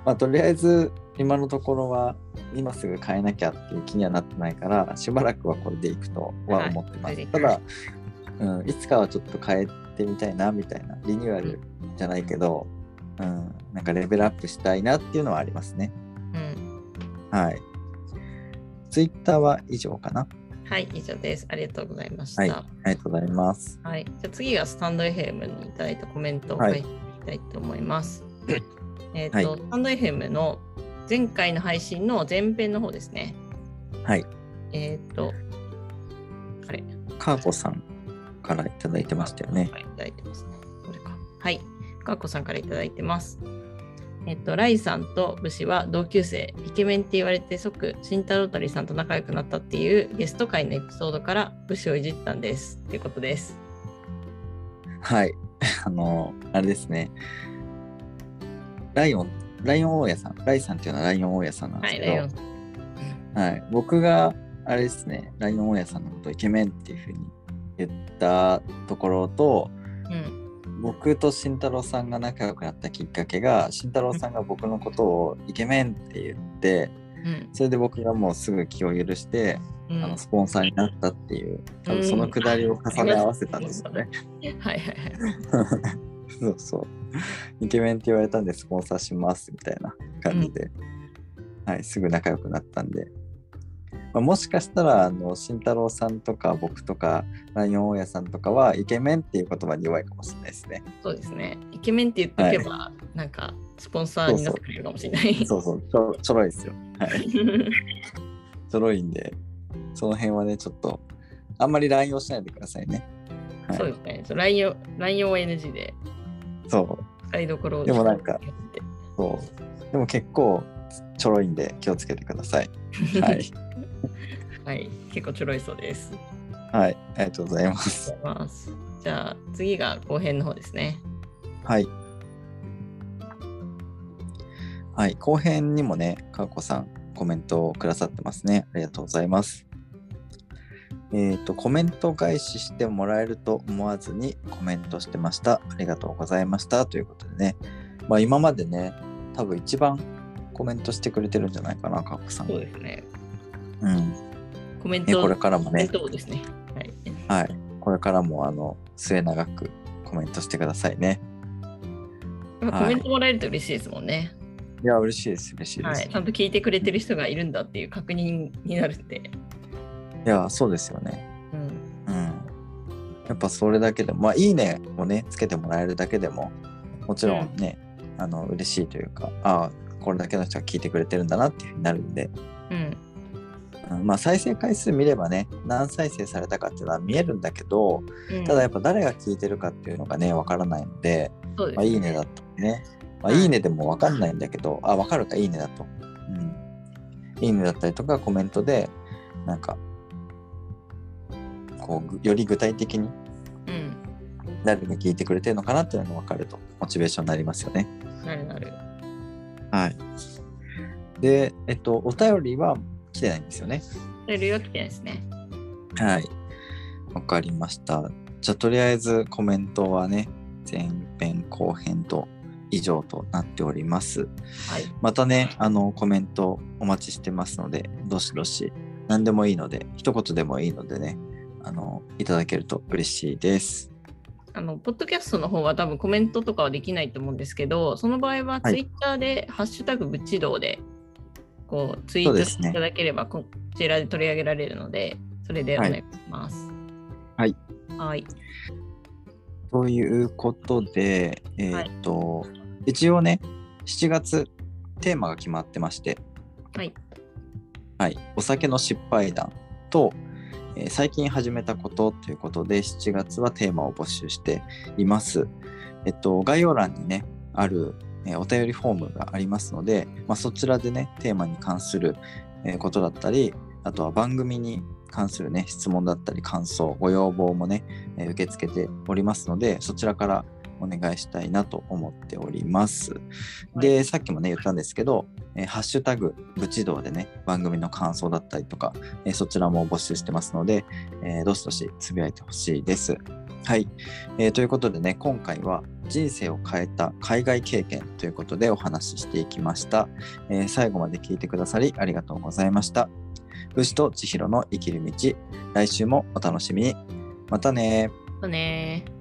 Speaker 2: まあとりあえず今のところは今すぐ変えなきゃっていう気にはなってないからしばらくはこれでいくとは思ってます、
Speaker 1: はい
Speaker 2: ただうん、いつかはちょっと変えてみたいなみたいなリニューアルじゃないけど、うん、なんかレベルアップしたいなっていうのはありますね。
Speaker 1: うん、
Speaker 2: はい。ツイッターは以上かな。
Speaker 1: はい、以上です。ありがとうございました。
Speaker 2: は
Speaker 1: はいい、
Speaker 2: ありがとうございます。
Speaker 1: じゃあ次がスタンド FM にいただいたコメントを書いていきたいと思い ます。えっと、
Speaker 2: はい
Speaker 1: スタンド FM の前回の配信の前編の方ですね。
Speaker 2: はい。
Speaker 1: えっと、あれ、
Speaker 2: カーコさんからいただいてましたよね。
Speaker 1: はい、いただいてますね。これか。はい。かっこさんからいただいてます。えっと、ライさんと武士は同級生、イケメンって言われて即、慎太郎鳥さんと仲良くなったっていうゲスト会のエピソードから武士をいじったんですっていうことです。
Speaker 2: はい。 あの、あれですね。ライオン、ライオン大家さん。ライさんっていうのはライオン大家さんなんで
Speaker 1: は
Speaker 2: す
Speaker 1: い、
Speaker 2: け
Speaker 1: ライオ
Speaker 2: ど
Speaker 1: ン、。
Speaker 2: はい。僕が、あれですね、ライオン大家さんのことをイケメンっていうふうに言ったところと、
Speaker 1: うん。
Speaker 2: 僕と慎太郎さんが仲良くなったきっかけが慎太郎さんが僕のことをイケメンって言って
Speaker 1: うん。
Speaker 2: それで僕がもうすぐ気を許して、
Speaker 1: うん
Speaker 2: あのスポンサーになったっていう多
Speaker 1: う
Speaker 2: 分
Speaker 1: ん
Speaker 2: そのくだりを重ね合わせたんですよね。
Speaker 1: はいはいはい。
Speaker 2: そうそうイケメンって言われたんでスポンサーしますみたいな感じで、はい、すぐ仲良くなったんで、まあ、もしかしたらあの慎太郎さんとか僕とかライオン大家さんとかはイケメンっていう言葉に弱いかもしれないですね。
Speaker 1: そうですね。イケメンって言っておけば、なんか、スポンサーになってくれるかもしれない。
Speaker 2: そうそうちょちょろいですよ。はいちょろいんで、その辺はね、ちょっと、あんまり乱用しないでくださいね。は い
Speaker 1: そうですね。そうライオン、ライオンは NG で、
Speaker 2: そう、
Speaker 1: 使いどころを
Speaker 2: でもなんかそう。でも結構、ちょろいんで気をつけてください。は
Speaker 1: はいい。。 はい。結構ちょろいそうです。
Speaker 2: はい、ありがとうございま
Speaker 1: あ
Speaker 2: す。
Speaker 1: りがとうございます。じゃあ次が後編の方ですね。
Speaker 2: はい。はい、後編にもね、かこさん、コメントをくださってますね。ありがとうございます。えっ、と、コメント返ししてもらえると思わずにコメントしてました。ありがとうございました。ということでね、まあ今までね、多分一番コメントしてくれてるんじゃないかな、かこさん。
Speaker 1: そうですね。
Speaker 2: うん。
Speaker 1: コメン
Speaker 2: ね、
Speaker 1: ト、
Speaker 2: これからも
Speaker 1: コメン
Speaker 2: ね、
Speaker 1: トをですね。はい。
Speaker 2: はい。これからも、あの、末永くコメントしてくださいね。
Speaker 1: やっぱ
Speaker 2: は
Speaker 1: コ
Speaker 2: い
Speaker 1: メントもらえると嬉しいですもんね。
Speaker 2: いや、嬉しいです、嬉しいで
Speaker 1: は
Speaker 2: す。
Speaker 1: い。ちゃんと聞いてくれてる人がいるんだっていう確認になるんで。
Speaker 2: いや、そうですよね。
Speaker 1: うん。
Speaker 2: うん、やっぱそれだけでも、まあ、いいねをね、つけてもらえるだけでも、もちろんね、あの、嬉しいというか、ああ、これだけの人が聞いてくれてるんだなっていうふうになるんで、
Speaker 1: うん。
Speaker 2: うん、まあ、再生回数見ればね、何再生されたかっていうのは見えるんだけど、
Speaker 1: うん
Speaker 2: ただやっぱ誰が聞いてるかっていうのがね、わからないので、
Speaker 1: そうです
Speaker 2: まあ、いいねだったりね、まあ、いいねでもわかんないんだけど、あ、わかるか、いいねだと。うん。いいねだったりとか、コメントで、なんか、こうぐ、より具体的に
Speaker 1: うん。
Speaker 2: 誰が聞いてくれてるのかなっていうのが分かるとモチベーションになりますよね。
Speaker 1: なるなる。
Speaker 2: はい。で、えっと、お便りは来てないんですよね。
Speaker 1: で、理由は来てないですね。
Speaker 2: はい。わかりました。じゃあ、とりあえずコメントはね、前編後編と以上となっております。
Speaker 1: はい。
Speaker 2: またね、あの、コメントお待ちしてますので、どしどし、何でもいいので、一言でもいいのでね、あの、いただけると嬉しいです。
Speaker 1: あの、ポッドキャストの方は多分コメントとかはできないと思うんですけど、その場合はツイッターで、ハッシュタグぶちどうで、こう、ツイー
Speaker 2: そう
Speaker 1: ト
Speaker 2: で
Speaker 1: し
Speaker 2: す
Speaker 1: て
Speaker 2: ね
Speaker 1: いただければ、こちらで取り上げられるので、それでお願いします。
Speaker 2: はい。
Speaker 1: はい。
Speaker 2: ということで、えー
Speaker 1: はい
Speaker 2: っと、一応ね、7月テーマが決まってまして、
Speaker 1: はい。
Speaker 2: はい、お酒の失敗談と、えー最近始めたことということで、7月はテーマを募集しています。えっと、概要欄にね、ある、えーお便りフォームがありますので、まあ、そちらでね、テーマに関する、えーことだったり、あとは番組に関するね、質問だったり、感想、ご要望もね、えー受け付けておりますので、そちらからお願いしたいなと思っております。で、さっきもね、言ったんですけど、えーハッシュタグ、ぶちどうでね、番組の感想だったりとか、えーそちらも募集してますので、えーどしどしつぶやいてほしいです。はい、えーということでね、今回は人生を変えた海外経験ということでお話ししていきました。えー最後まで聞いてくださりありがとうございました。牛と千尋の生きる道、来週もお楽しみに。またねー
Speaker 1: だねー。